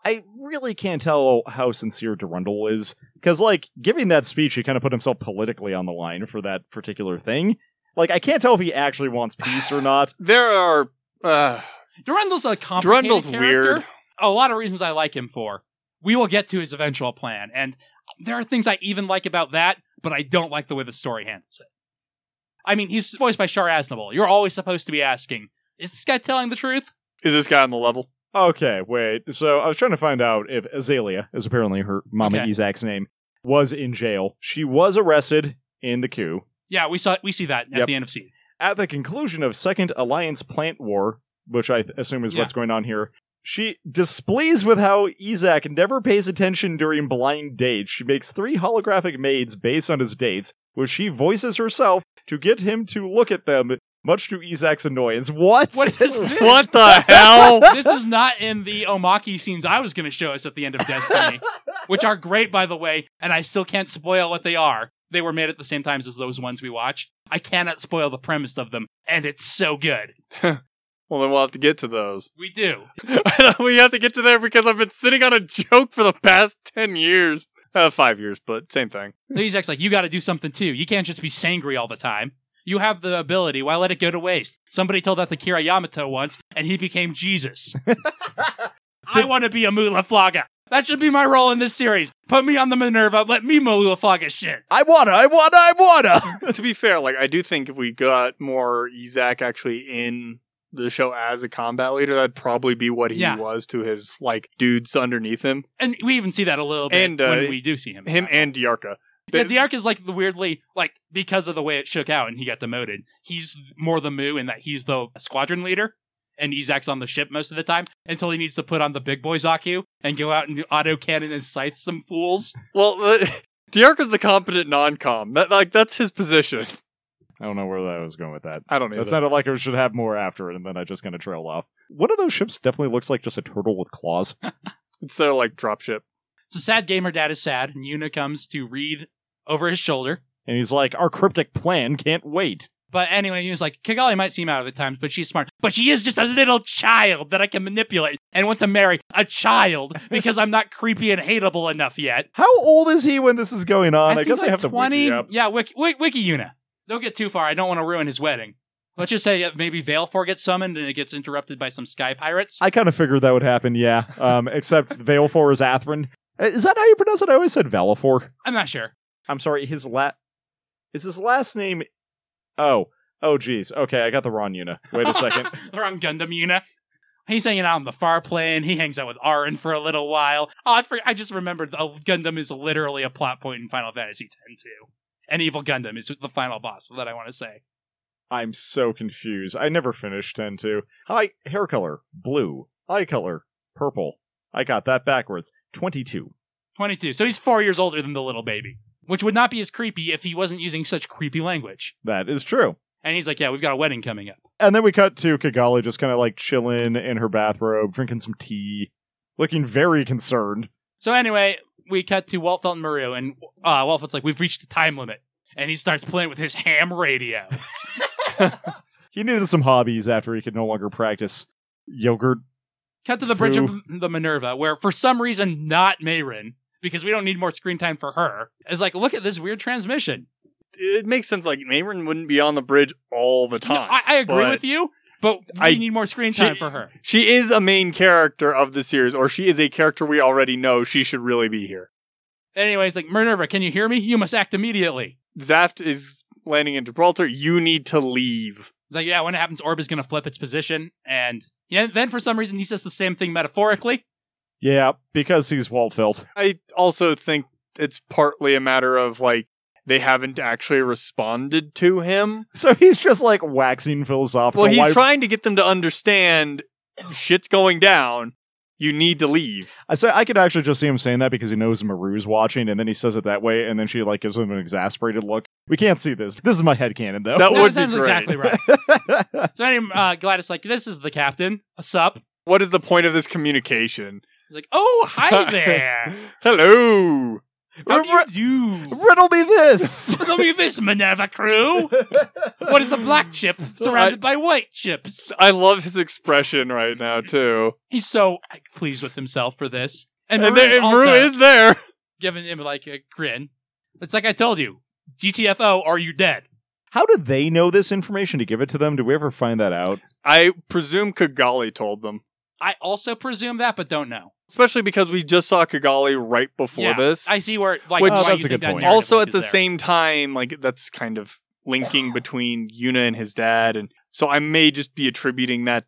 Speaker 7: I really can't tell how sincere Durandal is because, like, giving that speech, he kind of put himself politically on the line for that particular thing. Like, I can't tell if he actually wants peace or not.
Speaker 8: There are. Uh,
Speaker 6: Durandal's a complicated
Speaker 8: Durandal's
Speaker 6: character.
Speaker 8: weird.
Speaker 6: A lot of reasons I like him for. We will get to his eventual plan, and there are things I even like about that, but I don't like the way the story handles it. I mean, he's voiced by Shar Aznavour. You're always supposed to be asking, is this guy telling the truth?
Speaker 8: Is this guy on the level?
Speaker 7: Okay, wait. So I was trying to find out if Azalea, is apparently her Mama
Speaker 6: Okay.
Speaker 7: Isaac's name, was in jail. She was arrested in the coup.
Speaker 6: Yeah, we saw we see that at
Speaker 7: Yep.
Speaker 6: the end of scene.
Speaker 7: At the conclusion of Second Alliance Plant War, which I assume is
Speaker 6: Yeah.
Speaker 7: what's going on here, she displeased with how Isaac never pays attention during blind dates. She makes three holographic maids based on his dates, which she voices herself to get him to look at them, much to Isaac's annoyance. What?
Speaker 6: What is this?
Speaker 8: What the hell?
Speaker 6: this is not in the Omaki scenes I was going to show us at the end of Destiny, which are great, by the way, and I still can't spoil what they are. They were made at the same times as those ones we watched. I cannot spoil the premise of them, and it's so good.
Speaker 8: Well, then we'll have to get to those.
Speaker 6: We do.
Speaker 8: we have to get to there because I've been sitting on a joke for the past 10 years. Uh, five years, but same thing.
Speaker 6: So Isaac's like, you got to do something too. You can't just be sangry all the time. You have the ability. Why let it go to waste? Somebody told that to Kira Yamato once, and he became Jesus. I want to be a Mula Flaga. That should be my role in this series. Put me on the Minerva. Let me Mula Flaga shit.
Speaker 7: I wanna, I wanna, I wanna!
Speaker 8: to be fair, like I do think if we got more Ezak actually in the show as a combat leader, that'd probably be what he
Speaker 6: Yeah.
Speaker 8: was to his like dudes underneath him,
Speaker 6: and we even see that a little bit
Speaker 8: And, uh,
Speaker 6: when we do see him.
Speaker 8: him and Diarca.
Speaker 6: yeah, the arc is like the weirdly like because of the way it shook out and he got demoted. He's more the moo in that he's the squadron leader, and Izak's on the ship most of the time until he needs to put on the big boy Zaku and go out and auto cannon and scythe some fools.
Speaker 8: Well, uh, Diarca's the competent non-com. That like that's his position.
Speaker 7: I don't know where that was going with that.
Speaker 8: I don't know.
Speaker 7: That sounded like it should have more after it, and then I just kind of trailed off. One of those ships definitely looks like just a turtle with claws.
Speaker 8: It's their like dropship.
Speaker 6: So sad gamer dad is sad, and Yuna comes to read over his shoulder.
Speaker 7: And he's like, Our cryptic plan can't wait.
Speaker 6: But anyway, he was like, Kigali might seem out of the times, but she's smart. But she is just a little child that I can manipulate and want to marry a child because I'm not creepy and hateable enough yet.
Speaker 7: How old is he when this is going on? I,
Speaker 6: think
Speaker 7: guess I
Speaker 6: like
Speaker 7: have to wait.
Speaker 6: 20.
Speaker 7: Yep.
Speaker 6: Yeah, Wiki, Wiki, Wiki Una. Don't get too far. I don't want to ruin his wedding. Let's just say uh, maybe Veilfor gets summoned and it gets interrupted by some sky pirates.
Speaker 7: I kind of figured that would happen, yeah. Um, except Valefor is Atherin. Uh, Is that how you pronounce it? I always said Valefor.
Speaker 6: I'm not sure.
Speaker 7: I'm sorry, his la is his last name Oh. Oh geez. Okay, I got the wrong Una. Wait a second.
Speaker 6: or on Gundam Una. He's hanging out on the far plane. He hangs out with Arin for a little while. Oh, I, for- I just remembered uh, Gundam is literally a plot point in Final Fantasy X too. And Evil Gundam is the final boss that I want to say.
Speaker 7: I'm so confused. I never finished 10 2. Hi, hair color, blue. Eye color, purple. I got that backwards. 22.
Speaker 6: 22. So he's four years older than the little baby, which would not be as creepy if he wasn't using such creepy language.
Speaker 7: That is true.
Speaker 6: And he's like, yeah, we've got a wedding coming up.
Speaker 7: And then we cut to Kigali just kind of like chilling in her bathrobe, drinking some tea, looking very concerned.
Speaker 6: So anyway, we cut to Walt Felton Mario, and uh, Walt Felton's like, "We've reached the time limit," and he starts playing with his ham radio.
Speaker 7: He needed some hobbies after he could no longer practice yogurt.
Speaker 6: cut to the bridge
Speaker 7: Foo.
Speaker 6: of the Minerva, where for some reason not Mayrin, because we don't need more screen time for her. Is like, look at this weird transmission.
Speaker 8: It makes sense. Like Mayron wouldn't be on the bridge all the
Speaker 6: No,
Speaker 8: time.
Speaker 6: I, I agree
Speaker 8: but-
Speaker 6: with you, but we
Speaker 8: I-
Speaker 6: need more screen
Speaker 8: she-
Speaker 6: time for her.
Speaker 8: She is a main character of the series, or she is a character we already know. She should really be here.
Speaker 6: Anyways, like Minerva, can you hear me? You must act immediately.
Speaker 8: Zaft is landing in Gibraltar. You need to leave.
Speaker 6: It's like, yeah, when it happens, Orb is going to flip its position, and yeah, then for some reason he says the same thing metaphorically.
Speaker 7: Yeah, because he's Waltfeld.
Speaker 8: I also think it's partly a matter of like they haven't actually responded to him.
Speaker 7: So he's just like waxing philosophical.
Speaker 8: Well, he's
Speaker 7: Why-
Speaker 8: trying to get them to understand shit's going down. You need to leave.
Speaker 7: I say I could actually just see him saying that because he knows Maru's watching, and then he says it that way, and then she like gives him an exasperated look. We can't see this. This is my headcanon though.
Speaker 6: That
Speaker 8: That would be
Speaker 6: sounds
Speaker 8: great.
Speaker 6: exactly right. So anyway, uh, Gladys like, this is the captain. Sup?
Speaker 8: What is the point of this communication?
Speaker 6: He's like, oh, hi there.
Speaker 8: Hello.
Speaker 6: How do
Speaker 7: Re-
Speaker 6: you do?
Speaker 7: Riddle me this.
Speaker 6: Riddle me this, Minerva crew. What is a black chip surrounded by white chips?
Speaker 8: I love his expression right now too.
Speaker 6: He's so pleased with himself for this. And,
Speaker 8: And,
Speaker 6: Maru
Speaker 8: there,
Speaker 6: is
Speaker 8: and
Speaker 6: also
Speaker 8: Rue is there.
Speaker 6: giving him like a grin. It's like I told you, GTFO, are you dead?
Speaker 7: How do they know this information to give it to them? Do we ever find that out?
Speaker 8: I presume Kigali told them,
Speaker 6: I also presume that, but don't know.
Speaker 8: especially because we just saw Kigali right before
Speaker 6: Yeah,
Speaker 8: this.
Speaker 6: I see where like
Speaker 8: Which-
Speaker 6: why
Speaker 8: Oh,
Speaker 6: you
Speaker 7: that's
Speaker 6: think
Speaker 7: a good
Speaker 6: that
Speaker 7: point.
Speaker 6: narrative
Speaker 8: also
Speaker 6: link
Speaker 8: at
Speaker 6: is
Speaker 8: the
Speaker 6: there.
Speaker 8: same time like that's kind of linking between Yuna and his dad and so I may just be attributing that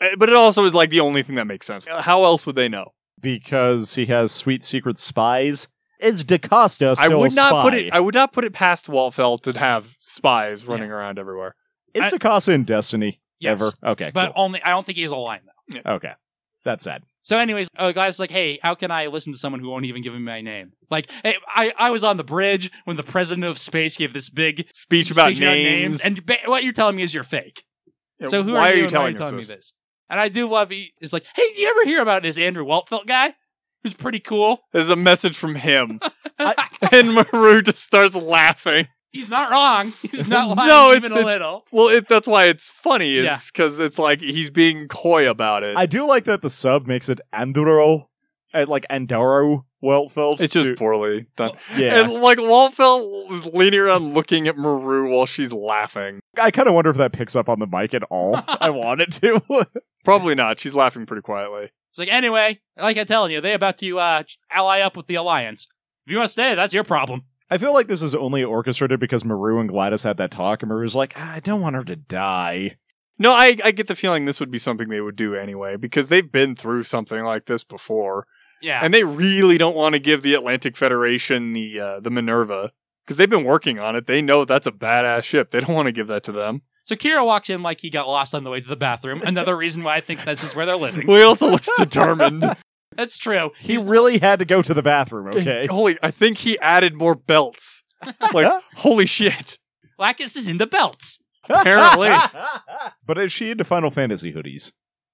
Speaker 8: uh, but it also is like the only thing that makes sense. Uh, How else would they know?
Speaker 7: Because he has sweet secret spies. Is DaCosta
Speaker 8: I
Speaker 7: still
Speaker 8: would
Speaker 7: a
Speaker 8: not
Speaker 7: spy?
Speaker 8: put it I would not put it past Walfell to have spies running around everywhere.
Speaker 7: Is
Speaker 6: I-
Speaker 7: DaCosta in Destiny
Speaker 6: Yes.
Speaker 7: ever? Okay,
Speaker 6: But
Speaker 7: cool.
Speaker 6: only I don't think he's a line though.
Speaker 7: okay, that's sad.
Speaker 6: So, anyways, a guy's like, "Hey, how can I listen to someone who won't even give me my name?" Like, hey, I I was on the bridge when the president of space gave this big
Speaker 8: Speech about names.
Speaker 6: and ba- what you're telling me is you're fake.
Speaker 8: Yeah,
Speaker 6: So who
Speaker 8: why
Speaker 6: are, you, and why
Speaker 8: telling,
Speaker 6: are you telling
Speaker 8: us
Speaker 6: me
Speaker 8: this?
Speaker 6: this? And I do love he is like, hey, you ever hear about this Andrew Waltfelt guy? Who's pretty cool.
Speaker 8: This is a message from him. and Maru just starts laughing.
Speaker 6: He's not wrong. He's not lying
Speaker 8: No,
Speaker 6: even
Speaker 8: it's
Speaker 6: a
Speaker 8: a-
Speaker 6: little.
Speaker 8: Well, it, that's why it's funny
Speaker 6: Yeah.
Speaker 8: is because it's like he's being coy about it.
Speaker 7: I do like that the sub makes it Anduro, uh, like Andaro Weltfeld.
Speaker 8: it's just
Speaker 7: to-
Speaker 8: poorly done.
Speaker 7: yeah.
Speaker 8: And like Walfell is leaning around looking at Maru while she's laughing.
Speaker 7: I kind of wonder if that picks up on the mic at all. I want it to.
Speaker 8: Probably not. She's laughing pretty quietly.
Speaker 6: It's like, anyway, like I'm telling you, they about to uh, ally up with the Alliance. If you want to stay, that's your problem.
Speaker 7: I feel like this is only orchestrated because Maru and Gladys had that talk, and Maru's like, "Ah, I don't want her to die.
Speaker 8: No, I, I get the feeling this would be something they would do anyway because they've been through something like this before,
Speaker 6: Yeah.
Speaker 8: and they really don't want to give the Atlantic Federation the uh, the Minerva because they've been working on it. They know that's a badass ship. They don't want to give that to them.
Speaker 6: so Kira walks in like he got lost on the way to the bathroom. Another reason why I think this is where they're living.
Speaker 8: Well, he also looks determined.
Speaker 6: That's true.
Speaker 7: He really had to go to the bathroom, okay?
Speaker 8: Holy, I think he added more belts. Like, holy shit.
Speaker 6: Lacus is into belts.
Speaker 8: Apparently.
Speaker 7: but is she into Final Fantasy hoodies?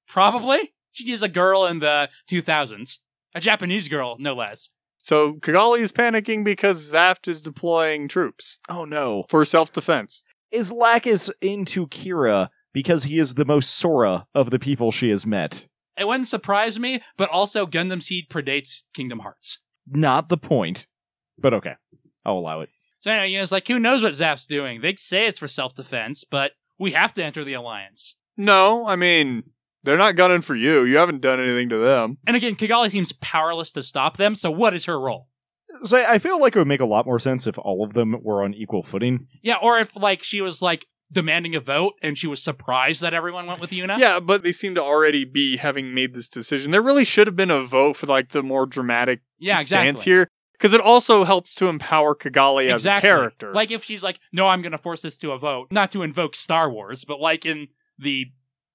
Speaker 6: Probably. She is a girl in the 2000s. A Japanese girl, no less.
Speaker 8: So Kigali is panicking because Zaft is deploying troops
Speaker 7: Oh no.
Speaker 8: for self defense.
Speaker 7: Is Lacus into Kira because he is the most Sora of the people she has met?
Speaker 6: It wouldn't surprise me, but also Gundam Seed predates Kingdom Hearts.
Speaker 7: Not the point. But okay. I'll allow it.
Speaker 6: So anyway, you know, it's like, who knows what Zaff's doing? They say it's for self-defense, but we have to enter the Alliance.
Speaker 8: No, I mean, they're not gunning for you. You haven't done anything to them.
Speaker 6: And again, Kigali seems powerless to stop them, so what is her role?
Speaker 7: So I feel like it would make a lot more sense if all of them were on equal footing.
Speaker 6: Yeah, or if, like, she was, like, demanding a vote and she was surprised that everyone went with Yuna.
Speaker 8: Yeah, but they seem to already be having made this decision. There really should have been a vote for like the more dramatic
Speaker 6: Yeah, exactly.
Speaker 8: stance here because it also helps to empower Kigali as
Speaker 6: exactly.
Speaker 8: a character.
Speaker 6: Like if she's like, no, I'm going to force this to a vote, not to invoke Star Wars, but like in the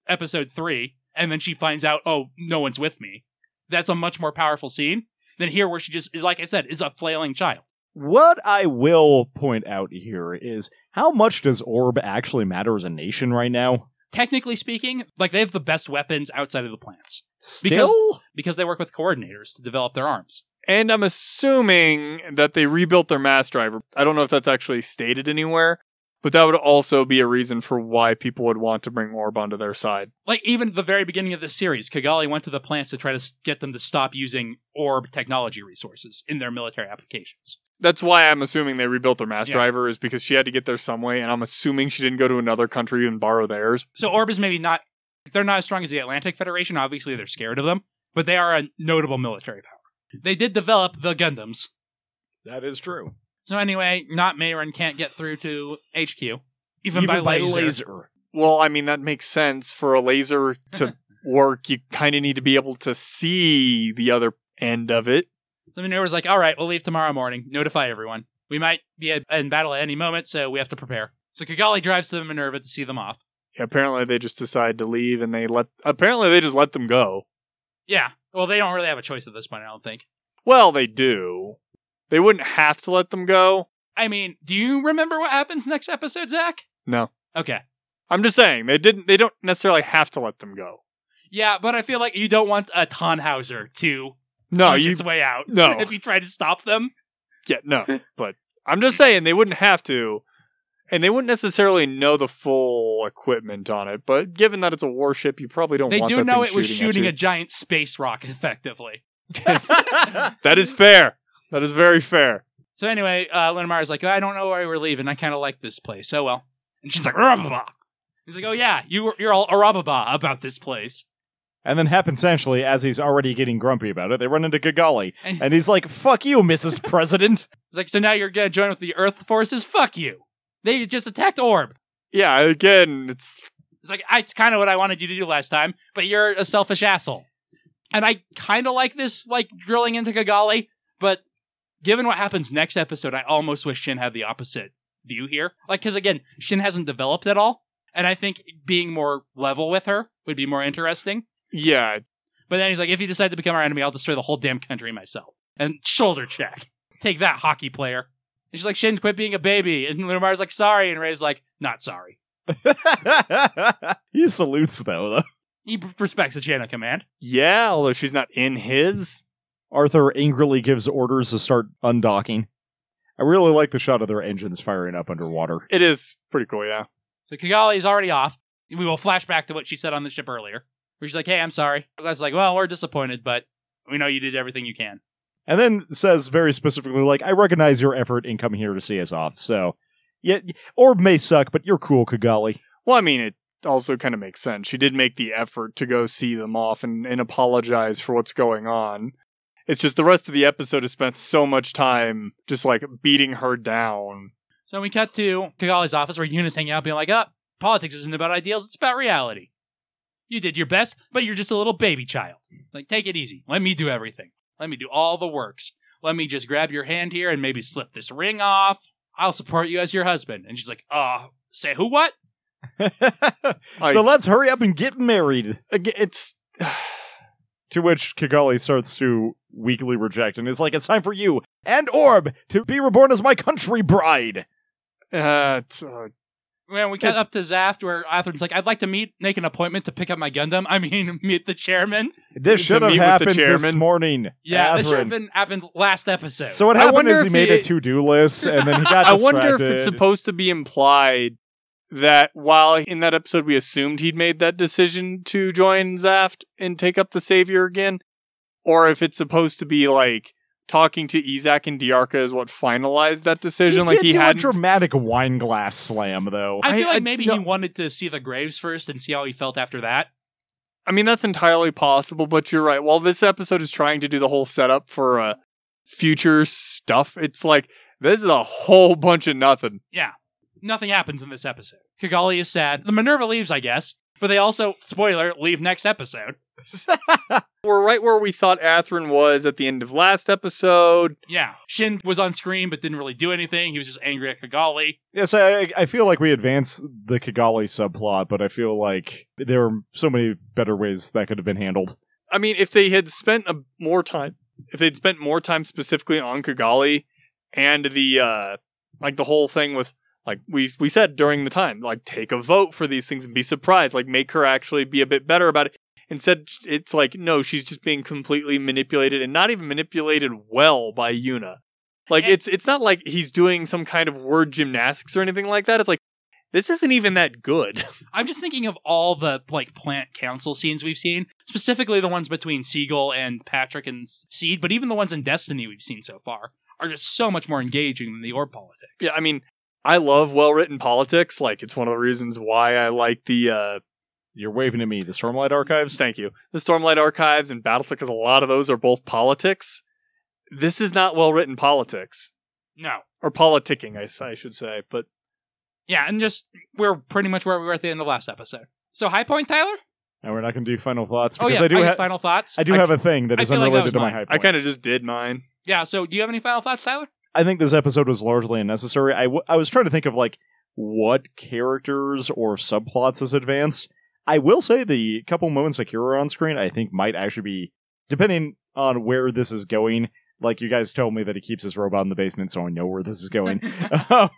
Speaker 6: episode three, and then she finds out, oh, no one's with me. That's a much more powerful scene than here, where she just is, like I said, is a flailing child.
Speaker 7: What I will point out here is how much does Orb actually matter as a nation right now?
Speaker 6: Technically speaking, like they have the best weapons outside of the plants
Speaker 7: Still?
Speaker 6: because they work with coordinators to develop their arms.
Speaker 8: and I'm assuming that they rebuilt their mass driver. I don't know if that's actually stated anywhere, but that would also be a reason for why people would want to bring Orb onto their side.
Speaker 6: Like even at the very beginning of this series, Kigali went to the plants to try to s- get them to stop using orb technology resources in their military applications.
Speaker 8: That's why I'm assuming they rebuilt their mass
Speaker 6: Yeah.
Speaker 8: driver is because she had to get there some way, and I'm assuming she didn't go to another country and borrow theirs.
Speaker 6: So Orb is maybe not they're not as strong as the Atlantic Federation. Obviously, they're scared of them, but they are a notable military power. They did develop the Gundams.
Speaker 7: That is true.
Speaker 6: So anyway, not Mayron can't get through to HQ even, by, laser.
Speaker 8: Well, I mean that makes sense for a laser to work. You kind of need to be able to see the other end of it.
Speaker 6: The maneuver's like, all right, we'll leave tomorrow morning. Notify everyone. We might be at- in battle at any moment, so we have to prepare. So Kigali drives to the Minerva to see them off.
Speaker 8: Yeah, apparently, they just decide to leave, and they let. Apparently, they just let them go.
Speaker 6: Yeah. Well, they don't really have a choice at this point, I don't think.
Speaker 8: Well, they do. They wouldn't have to let them go.
Speaker 6: I mean, do you remember what happens next episode, Zach?
Speaker 8: No,
Speaker 6: Okay.
Speaker 8: I'm just saying they didn't. They don't necessarily have to let them go.
Speaker 6: Yeah, but I feel like you don't want a Tonhauser to
Speaker 8: No,
Speaker 6: punch
Speaker 8: you
Speaker 6: its way out.
Speaker 8: no.
Speaker 6: if you try to stop them,
Speaker 8: Yeah, no, but I'm just saying they wouldn't have to, and they wouldn't necessarily know the full equipment on it. But given that it's a warship, you probably don't.
Speaker 6: They
Speaker 8: want
Speaker 6: do
Speaker 8: that
Speaker 6: know
Speaker 8: thing
Speaker 6: it was shooting a
Speaker 8: at
Speaker 6: giant space rock, effectively.
Speaker 8: you. that is fair. That is very fair.
Speaker 6: So anyway, uh, Linamar is like, I don't know why we're leaving. I kind of like this place. Oh well. And she's like, Arababa. He's like, Oh yeah, you were, you're all Arababa about this place.
Speaker 7: And then happenstantially, as he's already getting grumpy about it, they run into Kigali.
Speaker 6: And-
Speaker 7: And he's like, fuck you, Mrs. President.
Speaker 6: He's like, So now you're gonna join with the Earth forces? Fuck you. They just attacked Orb.
Speaker 8: Yeah, again, it's
Speaker 6: It's like I, it's kind of what I wanted you to do last time, but you're a selfish asshole. And I kind of like this, like drilling into Kigali. But given what happens next episode, I almost wish Shin had the opposite view here. Like, because again, Shin hasn't developed at all, and I think being more level with her would be more interesting.
Speaker 8: yeah,
Speaker 6: But then he's like, "If you decide to become our enemy, I'll destroy the whole damn country myself." And shoulder check. Take that, hockey player. And she's like, "Shin, quit being a baby." And Lunamar's like, "Sorry," and Ray's like, "Not sorry."
Speaker 7: he salutes, though, though.
Speaker 6: He respects the chain of command.
Speaker 8: yeah. Although she's not in his.
Speaker 7: Arthur angrily gives orders to start undocking. I really like the shot of their engines firing up underwater.
Speaker 8: It is pretty cool. Yeah,
Speaker 6: So Kigali is already off. We will flash back to what she said on the ship earlier, where she's like, "Hey, I'm sorry." I was like, "Well, we're disappointed, but we know you did everything you can."
Speaker 7: And then says very specifically, like, I recognize your effort in coming here to see us off, so. Yeah, Orb may suck, but you're cool, Kigali.
Speaker 8: Well, I mean, it also kind of makes sense. She did make the effort to go see them off and, and apologize for what's going on. It's just the rest of the episode has spent so much time just like beating her down.
Speaker 6: So we cut to Kigali's office where Yuna's hanging out, being like, "Up, politics isn't about ideals; it's about reality. You did your best, but you're just a little baby child. Like, take it easy. Let me do everything. Let me do all the works. Let me just grab your hand here and maybe slip this ring off. I'll support you as your husband." And she's like, "Uh, say who what?"
Speaker 7: so let's hurry up and get married.
Speaker 8: Again, it's
Speaker 7: To which Kigali starts to weakly reject and is like, It's time for you and Orb to be reborn as my country bride.
Speaker 8: uh, it's, uh,
Speaker 6: When we cut up to Zaft, where Atherton's like, "I'd like to meet, make an appointment to pick up my Gundam. I mean, meet the chairman."
Speaker 7: This
Speaker 8: To
Speaker 7: should
Speaker 8: meet
Speaker 7: have
Speaker 8: with the
Speaker 7: happened this
Speaker 8: chairman.
Speaker 7: morning.
Speaker 6: Yeah, this should have
Speaker 7: Atherin.
Speaker 6: been happened last episode.
Speaker 7: So what
Speaker 8: I
Speaker 7: happened
Speaker 8: wonder
Speaker 7: is he
Speaker 8: if
Speaker 7: made a
Speaker 8: it-
Speaker 7: to-do list and then he got
Speaker 8: I wonder if
Speaker 7: distracted.
Speaker 8: it's supposed to be implied that while in that episode we assumed he'd made that decision to join Zaft and take up the Savior again, or if it's supposed to be like talking to Izak and Diarca is what finalized that decision. like
Speaker 7: did
Speaker 8: he
Speaker 7: do
Speaker 8: had
Speaker 7: a dramatic wine glass slam though.
Speaker 6: I feel
Speaker 8: I-
Speaker 6: like
Speaker 8: I-
Speaker 6: maybe
Speaker 8: no.
Speaker 6: he wanted to see the graves first and see how he felt after that.
Speaker 8: I mean, that's entirely possible, but you're right. While this episode is trying to do the whole setup for uh, future stuff, it's like this is a whole bunch of nothing.
Speaker 6: Nothing happens in this episode. Kigali is sad. The Minerva leaves, I guess, but they also, spoiler, leave next episode.
Speaker 8: We're right where we thought Athrun was at the end of last episode.
Speaker 6: Yeah. Shin was on screen but didn't really do anything. He was just angry at Kigali.
Speaker 7: Yes, I I feel like we advanced the Kigali subplot, but I feel like there were so many better ways that could have been handled.
Speaker 8: I mean, if they had spent a, more time, if they'd spent more time specifically on Kigali and the uh, like the whole thing with like we we said during the time, like take a vote for these things and be surprised, like make her actually be a bit better about it. Instead, it's like no, she's just being completely manipulated and not even manipulated well by Yuna. Like
Speaker 6: And-
Speaker 8: it's it's not like he's doing some kind of word gymnastics or anything like that. It's like this isn't even that good.
Speaker 6: I'm just thinking of all the like plant council scenes we've seen, specifically the ones between Siegel and Patrick and S- Seed, but even the ones in Destiny we've seen so far are just so much more engaging than the orb politics.
Speaker 8: Yeah, I mean, I love well written politics. Like, it's one of the reasons why I like the. Uh,
Speaker 7: You're waving at me, the Stormlight Archives.
Speaker 8: thank you. The Stormlight Archives and Battletech, because a lot of those are both politics. This is not well written politics,
Speaker 6: No.
Speaker 8: or politicking, I, s- I should say. But
Speaker 6: Yeah, and just we're pretty much where we were at the end of last episode. So high point, Tyler?
Speaker 7: And we're not going to do final thoughts
Speaker 6: Oh
Speaker 7: because
Speaker 6: yeah,
Speaker 7: I do
Speaker 6: guess
Speaker 7: ha-
Speaker 6: final thoughts.
Speaker 7: I do
Speaker 8: I-
Speaker 7: have a thing that
Speaker 6: I
Speaker 7: is
Speaker 6: feel like that
Speaker 7: unrelated
Speaker 6: was
Speaker 7: to my
Speaker 6: mine.
Speaker 7: high point.
Speaker 8: I kind of just did mine.
Speaker 6: yeah, so do you have any final thoughts, Tyler?
Speaker 7: I think this episode was largely unnecessary. I, w- I was trying to think of like what characters or subplots is advanced. I will say the couple moments that you were on screen, I think might actually be depending on where this is going. Like you guys told me that he keeps his robot in the basement, so I know where this is going. Um,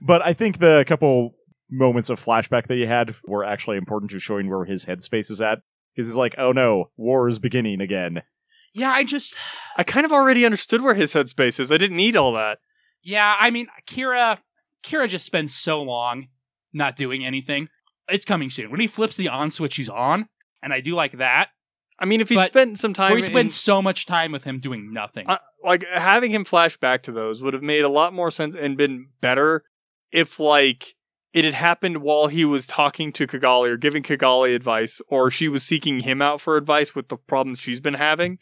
Speaker 7: but I think the couple moments of flashback that he had were actually important to showing where his headspace is at. Because he's like, oh no, war is beginning again.
Speaker 6: Yeah, I just
Speaker 8: I kind of already understood where his headspace is. I didn't need all that.
Speaker 6: Yeah, I mean, Kira, Kira just spends so long not doing anything. It's coming soon. When he flips the on switch, he's on, and I do like that.
Speaker 8: I mean, if he'd
Speaker 6: But-
Speaker 8: spent some time,
Speaker 6: we spend
Speaker 8: in-
Speaker 6: so much time with him doing nothing.
Speaker 8: Uh, like having him flash back to those would have made a lot more sense and been better if like it had happened while he was talking to Kigali or giving Kigali advice, or she was seeking him out for advice with the problems she's been having.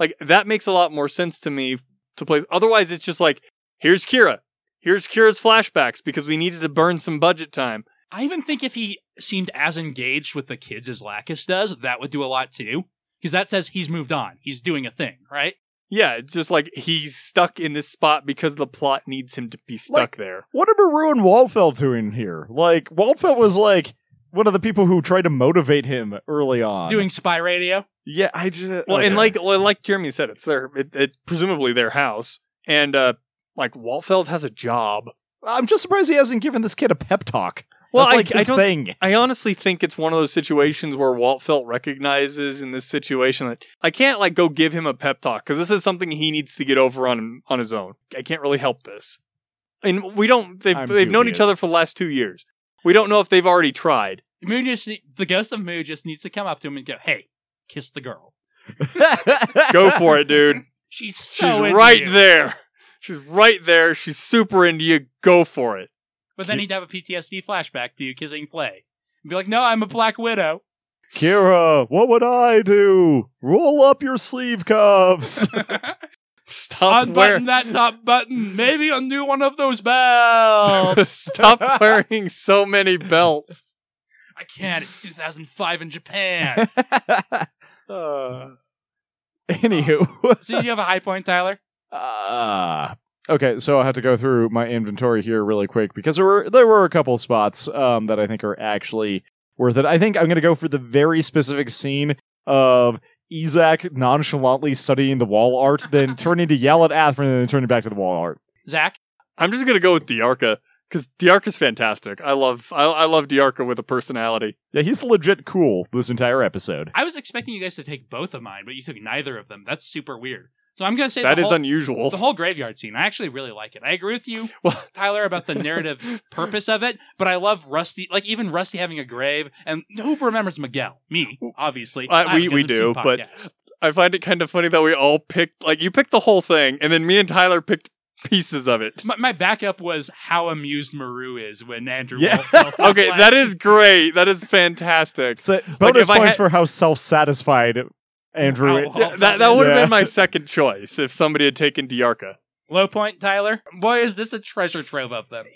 Speaker 8: Like that makes a lot more sense to me to place. Otherwise, it's just like here's Kira, here's Kira's flashbacks because we needed to burn some budget time.
Speaker 6: I even think if he seemed as engaged with the kids as Lacus does, that would do a lot too. Because that says he's moved on. He's doing a thing, right?
Speaker 8: Yeah, it's just like he's stuck in this spot because the plot needs him to be stuck
Speaker 7: Like-
Speaker 8: there.
Speaker 7: What are Maru and Waldfeld doing here? Like, Waldfeld was like one of the people who tried to motivate him early on.
Speaker 6: Doing spy radio.
Speaker 7: yeah, I just
Speaker 8: Well, and
Speaker 7: okay.
Speaker 8: like well, like Jeremy said, it's their it, it presumably their house, and uh, like Waltfeld has a job.
Speaker 7: I'm just surprised he hasn't given this kid a pep talk.
Speaker 8: Well,
Speaker 7: That's
Speaker 8: I-
Speaker 7: like
Speaker 8: I
Speaker 7: his
Speaker 8: don't-
Speaker 7: thing.
Speaker 8: I honestly think it's one of those situations where Waltfeld recognizes in this situation that I can't like go give him a pep talk because this is something he needs to get over on on his own. I can't really help this, and we don't. They've,
Speaker 7: I'm
Speaker 8: they've known each
Speaker 7: dubious.
Speaker 8: other for the last two years. We don't know if they've already tried.
Speaker 6: Moo just, ne- the ghost of Moo just needs to come up to him and go, hey, kiss the girl.
Speaker 8: Go for it, dude.
Speaker 6: She's
Speaker 8: She's
Speaker 6: so into
Speaker 8: right
Speaker 6: you.
Speaker 8: there. She's right there. She's super into you. Go for it.
Speaker 6: But then he'd have a PTSD flashback to you kissing Play. And be like, no, I'm a Black Widow.
Speaker 7: Kira, what would I do? Roll up your sleeve cuffs.
Speaker 8: Stop wearing.
Speaker 6: Unbutton that top button. Maybe undo one of those belts.
Speaker 8: Oh, Stop wearing so many belts.
Speaker 6: I can't. It's 2005 in Japan.
Speaker 8: Uh,
Speaker 7: Anywho.
Speaker 6: so you have a high point, Tyler?
Speaker 8: uh.
Speaker 7: Ah. Okay, so I have to go through my inventory here really quick because there were there were a couple of spots um, that I think are actually worth it. I think I'm going to go for the very specific scene of Isaac nonchalantly studying the wall art, then turning to yell at Athrun, and then turning back to the wall art.
Speaker 6: Zach?
Speaker 8: I'm just gonna go with Diarca because Diarca's fantastic. I love I, I love Diarca with a personality.
Speaker 7: Yeah, he's legit cool this entire episode.
Speaker 6: I was expecting you guys to take both of mine, but you took neither of them. That's super weird. So I'm going to say
Speaker 8: That
Speaker 6: the,
Speaker 8: is
Speaker 6: whole,
Speaker 8: unusual.
Speaker 6: the whole graveyard scene. I actually really like it. I agree with you,
Speaker 8: Well-
Speaker 6: Tyler, about the narrative purpose of it, but I love Rusty, like even Rusty having a grave. And who remembers Miguel? Me, obviously.
Speaker 8: Uh,
Speaker 6: I have
Speaker 8: we-
Speaker 6: a
Speaker 8: we
Speaker 6: different
Speaker 8: do,
Speaker 6: scene
Speaker 8: but-
Speaker 6: podcast.
Speaker 8: I find it kind of funny that we all picked like you picked the whole thing, and then me and Tyler picked pieces of it.
Speaker 6: My, my backup was how amused Maru is when Andrew.
Speaker 7: Yeah.
Speaker 6: Wolf-
Speaker 8: Okay, that is great. That is fantastic.
Speaker 7: So bonus
Speaker 8: if I
Speaker 7: points
Speaker 8: had-
Speaker 7: for how self satisfied Andrew.
Speaker 6: Wow.
Speaker 8: Yeah, that that would have
Speaker 7: Yeah.
Speaker 8: been my second choice if somebody had taken Diarca.
Speaker 6: low point, Tyler. Boy, is this a treasure trove of them.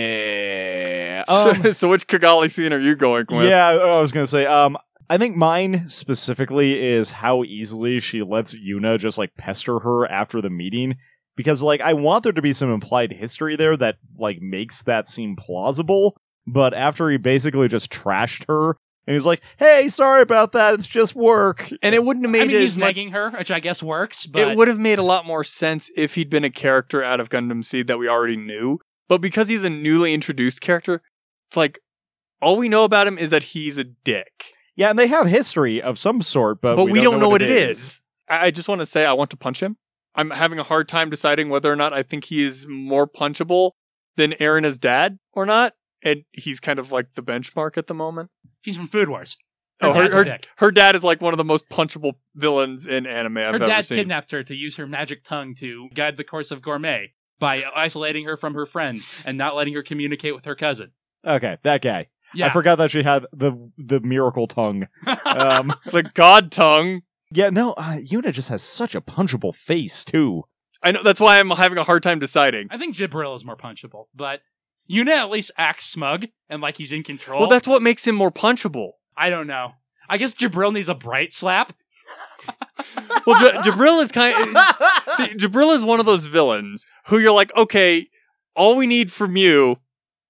Speaker 7: Yeah.
Speaker 8: so, so which Kigali scene are you going with?
Speaker 7: Yeah, I was gonna say. Um, I think mine specifically is how easily she lets Yuna just like pester her after the meeting because like I want there to be some implied history there that like makes that seem plausible. But after he basically just trashed her and he's like, "Hey, sorry about that. It's just work."
Speaker 8: And it wouldn't have made
Speaker 6: I mean,
Speaker 8: it
Speaker 6: he's
Speaker 8: as much-
Speaker 6: negging her, which I guess works, but
Speaker 8: it would have made a lot more sense if he'd been a character out of Gundam Seed that we already knew. But because he's a newly introduced character, it's like all we know about him is that he's a dick.
Speaker 7: Yeah, and they have history of some sort, but,
Speaker 8: But, we, don't, know what
Speaker 7: it is.
Speaker 8: I I just want to say I want to punch him. I'm having a hard time deciding whether or not I think he is more punchable than Aaron's dad or not. And he's kind of like the benchmark at the moment.
Speaker 6: she's from Food Wars. Her
Speaker 8: Oh, her,
Speaker 6: dad's a
Speaker 8: her,
Speaker 6: dick.
Speaker 8: her dad is like one of the most punchable villains in anime I've
Speaker 6: Her
Speaker 8: ever
Speaker 6: dad
Speaker 8: seen.
Speaker 6: kidnapped her to use her magic tongue to guide the course of gourmet by isolating her from her friends and not letting her communicate with her cousin.
Speaker 7: Okay, that guy. I
Speaker 6: Yeah,
Speaker 7: forgot that she had the the miracle tongue. Um,
Speaker 8: the god tongue.
Speaker 7: yeah, no, uh, Yuna just has such a punchable face too.
Speaker 8: I know that's why I'm having a hard time deciding.
Speaker 6: I think Jibril is more punchable, but Yuna at least acts smug and like he's in control.
Speaker 8: Well, that's what makes him more punchable.
Speaker 6: I don't know. I guess Jabril needs a bright slap.
Speaker 8: Well, J- Jabril is kind. see, Jabril is one of those villains who you're like, okay, all we need from you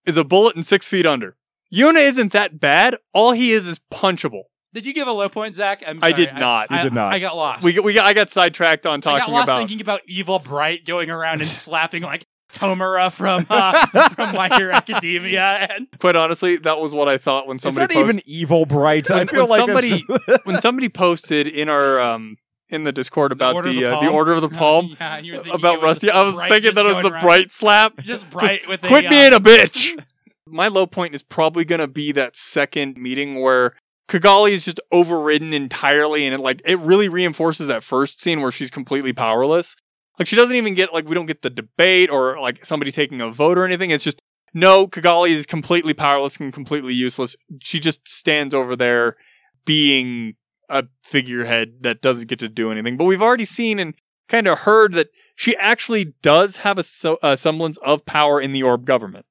Speaker 8: is a bullet and six feet under. Yuna isn't that bad. All he is is punchable.
Speaker 6: Did you give a low point, Zach? I'm
Speaker 8: I
Speaker 6: sorry.
Speaker 8: did not.
Speaker 7: You did not.
Speaker 6: I got lost.
Speaker 8: We we I got sidetracked on
Speaker 6: I got
Speaker 8: talking
Speaker 6: lost
Speaker 8: about.
Speaker 6: thinking about evil Bright going around and slapping like Tomura from uh, from My Hero Academia and
Speaker 8: Quite honestly, that was what I thought when
Speaker 7: It's
Speaker 8: somebody
Speaker 7: not
Speaker 8: posted.
Speaker 7: even evil bright? I
Speaker 8: When-
Speaker 7: feel
Speaker 8: when
Speaker 7: like
Speaker 8: somebody-
Speaker 7: somebody
Speaker 8: when somebody posted in our um in the Discord about
Speaker 6: Order
Speaker 8: the
Speaker 6: of
Speaker 8: uh, the
Speaker 6: Palm?
Speaker 8: Order of the
Speaker 6: No,
Speaker 8: Palm
Speaker 6: yeah, you were thinking it
Speaker 8: about
Speaker 6: was
Speaker 8: Rusty.
Speaker 6: the
Speaker 8: I was
Speaker 6: bright
Speaker 8: thinking
Speaker 6: just
Speaker 8: that it was
Speaker 6: going
Speaker 8: the
Speaker 6: around.
Speaker 8: bright slap.
Speaker 6: Just bright with
Speaker 8: Quit
Speaker 6: a,
Speaker 8: being
Speaker 6: uh,
Speaker 8: a bitch. My low point is probably gonna be that second meeting where Kigali is just overridden entirely, and it like it really reinforces that first scene where she's completely powerless. Like she doesn't even get like we don't get the debate or like somebody taking a vote or anything. It's just no, Kigali is completely powerless and completely useless. She just stands over there being a figurehead that doesn't get to do anything. But we've already seen and kind of heard that she actually does have a, so, a semblance of power in the Orb government.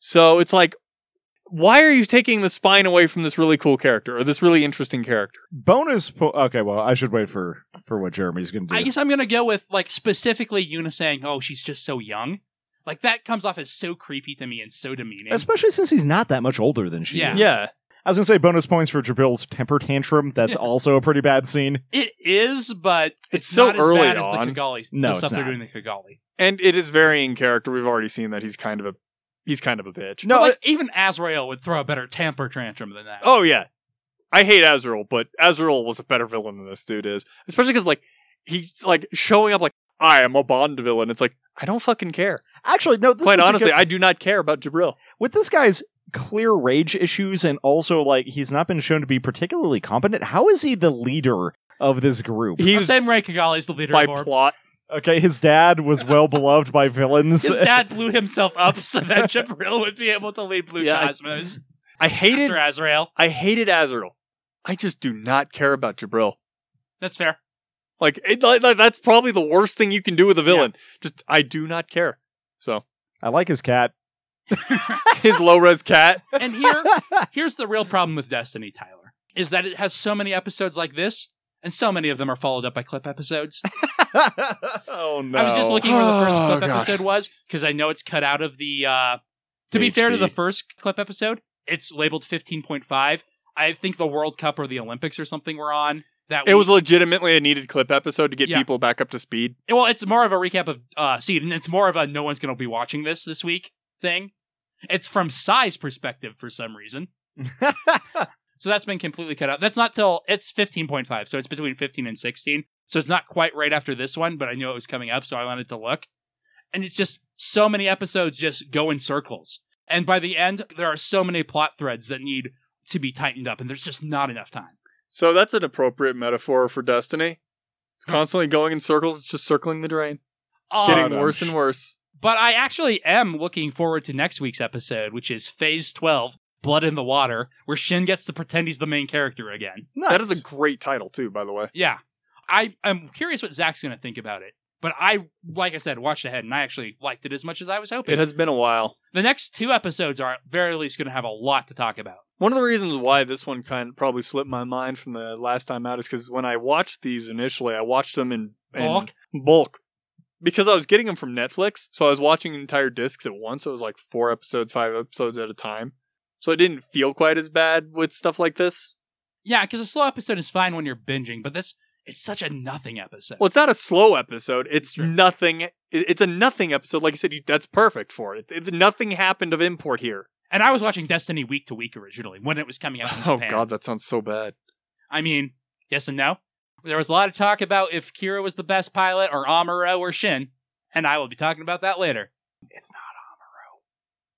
Speaker 8: So it's like, why are you taking the spine away from this really cool character or this really interesting character?
Speaker 7: Bonus. Po- okay, well, I should wait for for what Jeremy's going to do.
Speaker 6: I guess I'm gonna go with like specifically Yuna saying, "Oh, she's just so young." Like that comes off as so creepy to me and so demeaning.
Speaker 7: Especially since he's not that much older than she
Speaker 6: Yeah.
Speaker 7: is.
Speaker 8: Yeah.
Speaker 7: I was gonna say bonus points for Jabil's temper tantrum. That's
Speaker 6: Yeah.
Speaker 7: also a pretty bad scene.
Speaker 6: it is, but it's,
Speaker 8: so
Speaker 6: not
Speaker 8: early
Speaker 6: as bad as
Speaker 8: on.
Speaker 6: the Kigali the
Speaker 7: No, it's
Speaker 6: stuff they're
Speaker 7: not.
Speaker 6: doing in the Kigali.
Speaker 8: And it is varying character. We've already seen that he's kind of a he's kind of a bitch.
Speaker 7: No,
Speaker 6: But, like
Speaker 7: it-
Speaker 6: even Azrael would throw a better tamper tantrum than that.
Speaker 8: Oh yeah. I hate Azrael, but Azrael was a better villain than this dude is. Especially cuz like he's like showing up like I am a Bond villain. It's like I don't fucking care.
Speaker 7: actually, no. This
Speaker 8: Quite
Speaker 7: is a
Speaker 8: honestly,
Speaker 7: good-
Speaker 8: I do not care about Jabril.
Speaker 7: with this guy's clear rage issues and also like he's not been shown to be particularly competent. How is he the leader of this group?
Speaker 8: He
Speaker 6: the
Speaker 8: was
Speaker 6: same way Kigali's the leader
Speaker 8: by
Speaker 6: of Orb.
Speaker 8: plot.
Speaker 7: okay, his dad was well beloved by villains.
Speaker 6: His dad blew himself up so that Jabril would be able to lead Blue
Speaker 8: Yeah, I-
Speaker 6: Cosmos
Speaker 8: I hated
Speaker 6: after Azrael.
Speaker 8: I hated Azrael. I just do not care about Jabril.
Speaker 6: That's fair.
Speaker 8: Like, it, like, like, that's probably the worst thing you can do with a villain. Just I do not care. So
Speaker 7: I like his cat.
Speaker 8: his low res cat.
Speaker 6: And here, here's the real problem with Destiny, Tyler, is that it has so many episodes like this, and so many of them are followed up by clip episodes.
Speaker 7: oh no!
Speaker 6: I was just looking where the first
Speaker 8: Oh,
Speaker 6: clip
Speaker 8: God.
Speaker 6: episode was because I know it's cut out of the. Uh, to be fair to the first clip episode, it's labeled 15.5. I think the World Cup or the Olympics or something were on. That
Speaker 8: It was
Speaker 6: week.
Speaker 8: legitimately a needed clip episode to get
Speaker 6: Yeah.
Speaker 8: people back up to speed.
Speaker 6: well, it's more of a recap of uh, Seed, and it's more of a no one's going to be watching this this week thing. It's from Psy's perspective for some reason. So that's been completely cut out. That's not till it's 15.5, so it's between 15 and 16. So it's not quite right after this one, but I knew it was coming up, so I wanted to look. And it's just so many episodes just go in circles. And by the end, there are so many plot threads that need to be tightened up, and there's just not enough time.
Speaker 8: So that's an appropriate metaphor for Destiny. It's constantly going in circles. It's just circling the drain,
Speaker 6: Um,
Speaker 8: getting
Speaker 7: God,
Speaker 8: worse
Speaker 7: I'm
Speaker 8: and worse.
Speaker 6: but I actually am looking forward to next week's episode, which is Phase 12 Blood in the Water, where Shin gets to pretend he's the main character again.
Speaker 7: Nice.
Speaker 8: That is a great title too, by the way.
Speaker 6: Yeah. I, I'm curious what Zach's going to think about it. But I, like I said, watched ahead and I actually liked it as much as I was hoping.
Speaker 8: It has been a while.
Speaker 6: the next two episodes are at very least going to have a lot to talk about.
Speaker 8: One of the reasons why this one kind of probably slipped my mind from the last time out is because when I watched these initially, I watched them in, in
Speaker 6: Bulk?
Speaker 8: bulk. because I was getting them from Netflix. So I was watching entire discs at once. So it was like four episodes, five episodes at a time. So it didn't feel quite as bad with stuff like this.
Speaker 6: Yeah, because a slow episode is fine when you're binging, but this it's such a nothing episode.
Speaker 8: Well, it's not a slow episode. It's
Speaker 6: Sure.
Speaker 8: nothing. it- It's a nothing episode. Like you said, you, that's perfect for it. It- Nothing happened of import here.
Speaker 6: and I was watching Destiny week to week originally when it was coming out. in
Speaker 8: Oh
Speaker 6: Japan.
Speaker 8: God, that sounds so bad.
Speaker 6: I mean, yes and no. There was a lot of talk about if Kira was the best pilot or Amuro or Shin, and I will be talking about that later. It's not Amuro.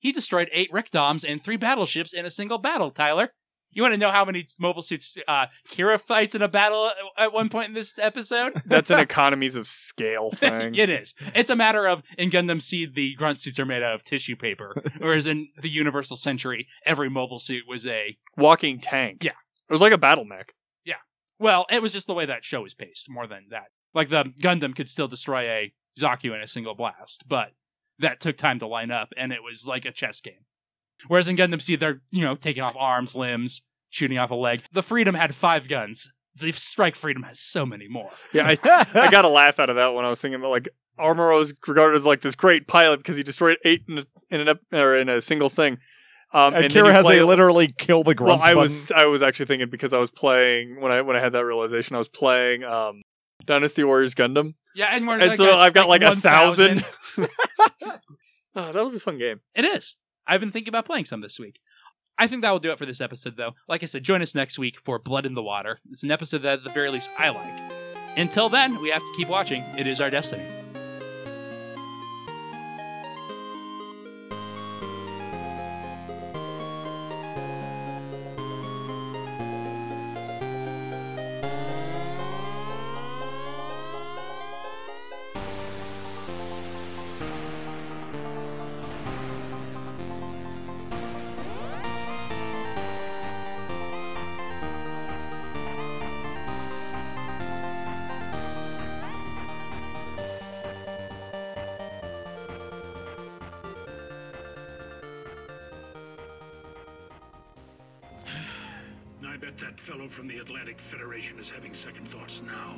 Speaker 6: He destroyed eight Rikdoms and three battleships in a single battle, Tyler. You want to know how many mobile suits uh, Kira fights in a battle at- at one point in this episode?
Speaker 8: That's an economies of scale thing.
Speaker 6: it is. It's a matter of in Gundam Seed, the grunt suits are made out of tissue paper, whereas in the Universal Century, every mobile suit was a
Speaker 8: Walking tank.
Speaker 6: Yeah.
Speaker 8: It was like a battle mech.
Speaker 6: Well, it was just the way that show was paced more than that. Like the Gundam could still destroy a Zaku in a single blast, but that took time to line up and it was like a chess game. Whereas in Gundam Seed, they're, you know, taking off arms, limbs, shooting off a leg. The Freedom had five guns. The Strike Freedom has so many more.
Speaker 8: Yeah, I, I got a laugh out of that when I was thinking about like Armoro is regarded as like this great pilot because he destroyed eight in, a, in an ep- or in a single thing. Um,
Speaker 7: And,
Speaker 8: then
Speaker 7: Kira
Speaker 8: you
Speaker 7: has
Speaker 8: play-
Speaker 7: a literally kill the
Speaker 8: Well,
Speaker 7: grunts
Speaker 8: I
Speaker 7: button.
Speaker 8: was I was actually thinking because I was playing when I when I had that realization I was playing um, Dynasty Warriors Gundam,
Speaker 6: Yeah, and, we're
Speaker 8: and
Speaker 6: like
Speaker 8: so
Speaker 6: at,
Speaker 8: I've got like, a
Speaker 6: 1,000.
Speaker 8: thousand. oh, that was a fun game.
Speaker 6: It is. I've been thinking about playing some this week. I think that will do it for this episode, though. Like I said, join us next week for Blood in the Water. It's an episode that, at the very least, I like. Until then, we have to keep watching. It is our destiny.
Speaker 2: I bet that fellow from the Atlantic Federation is having second thoughts now.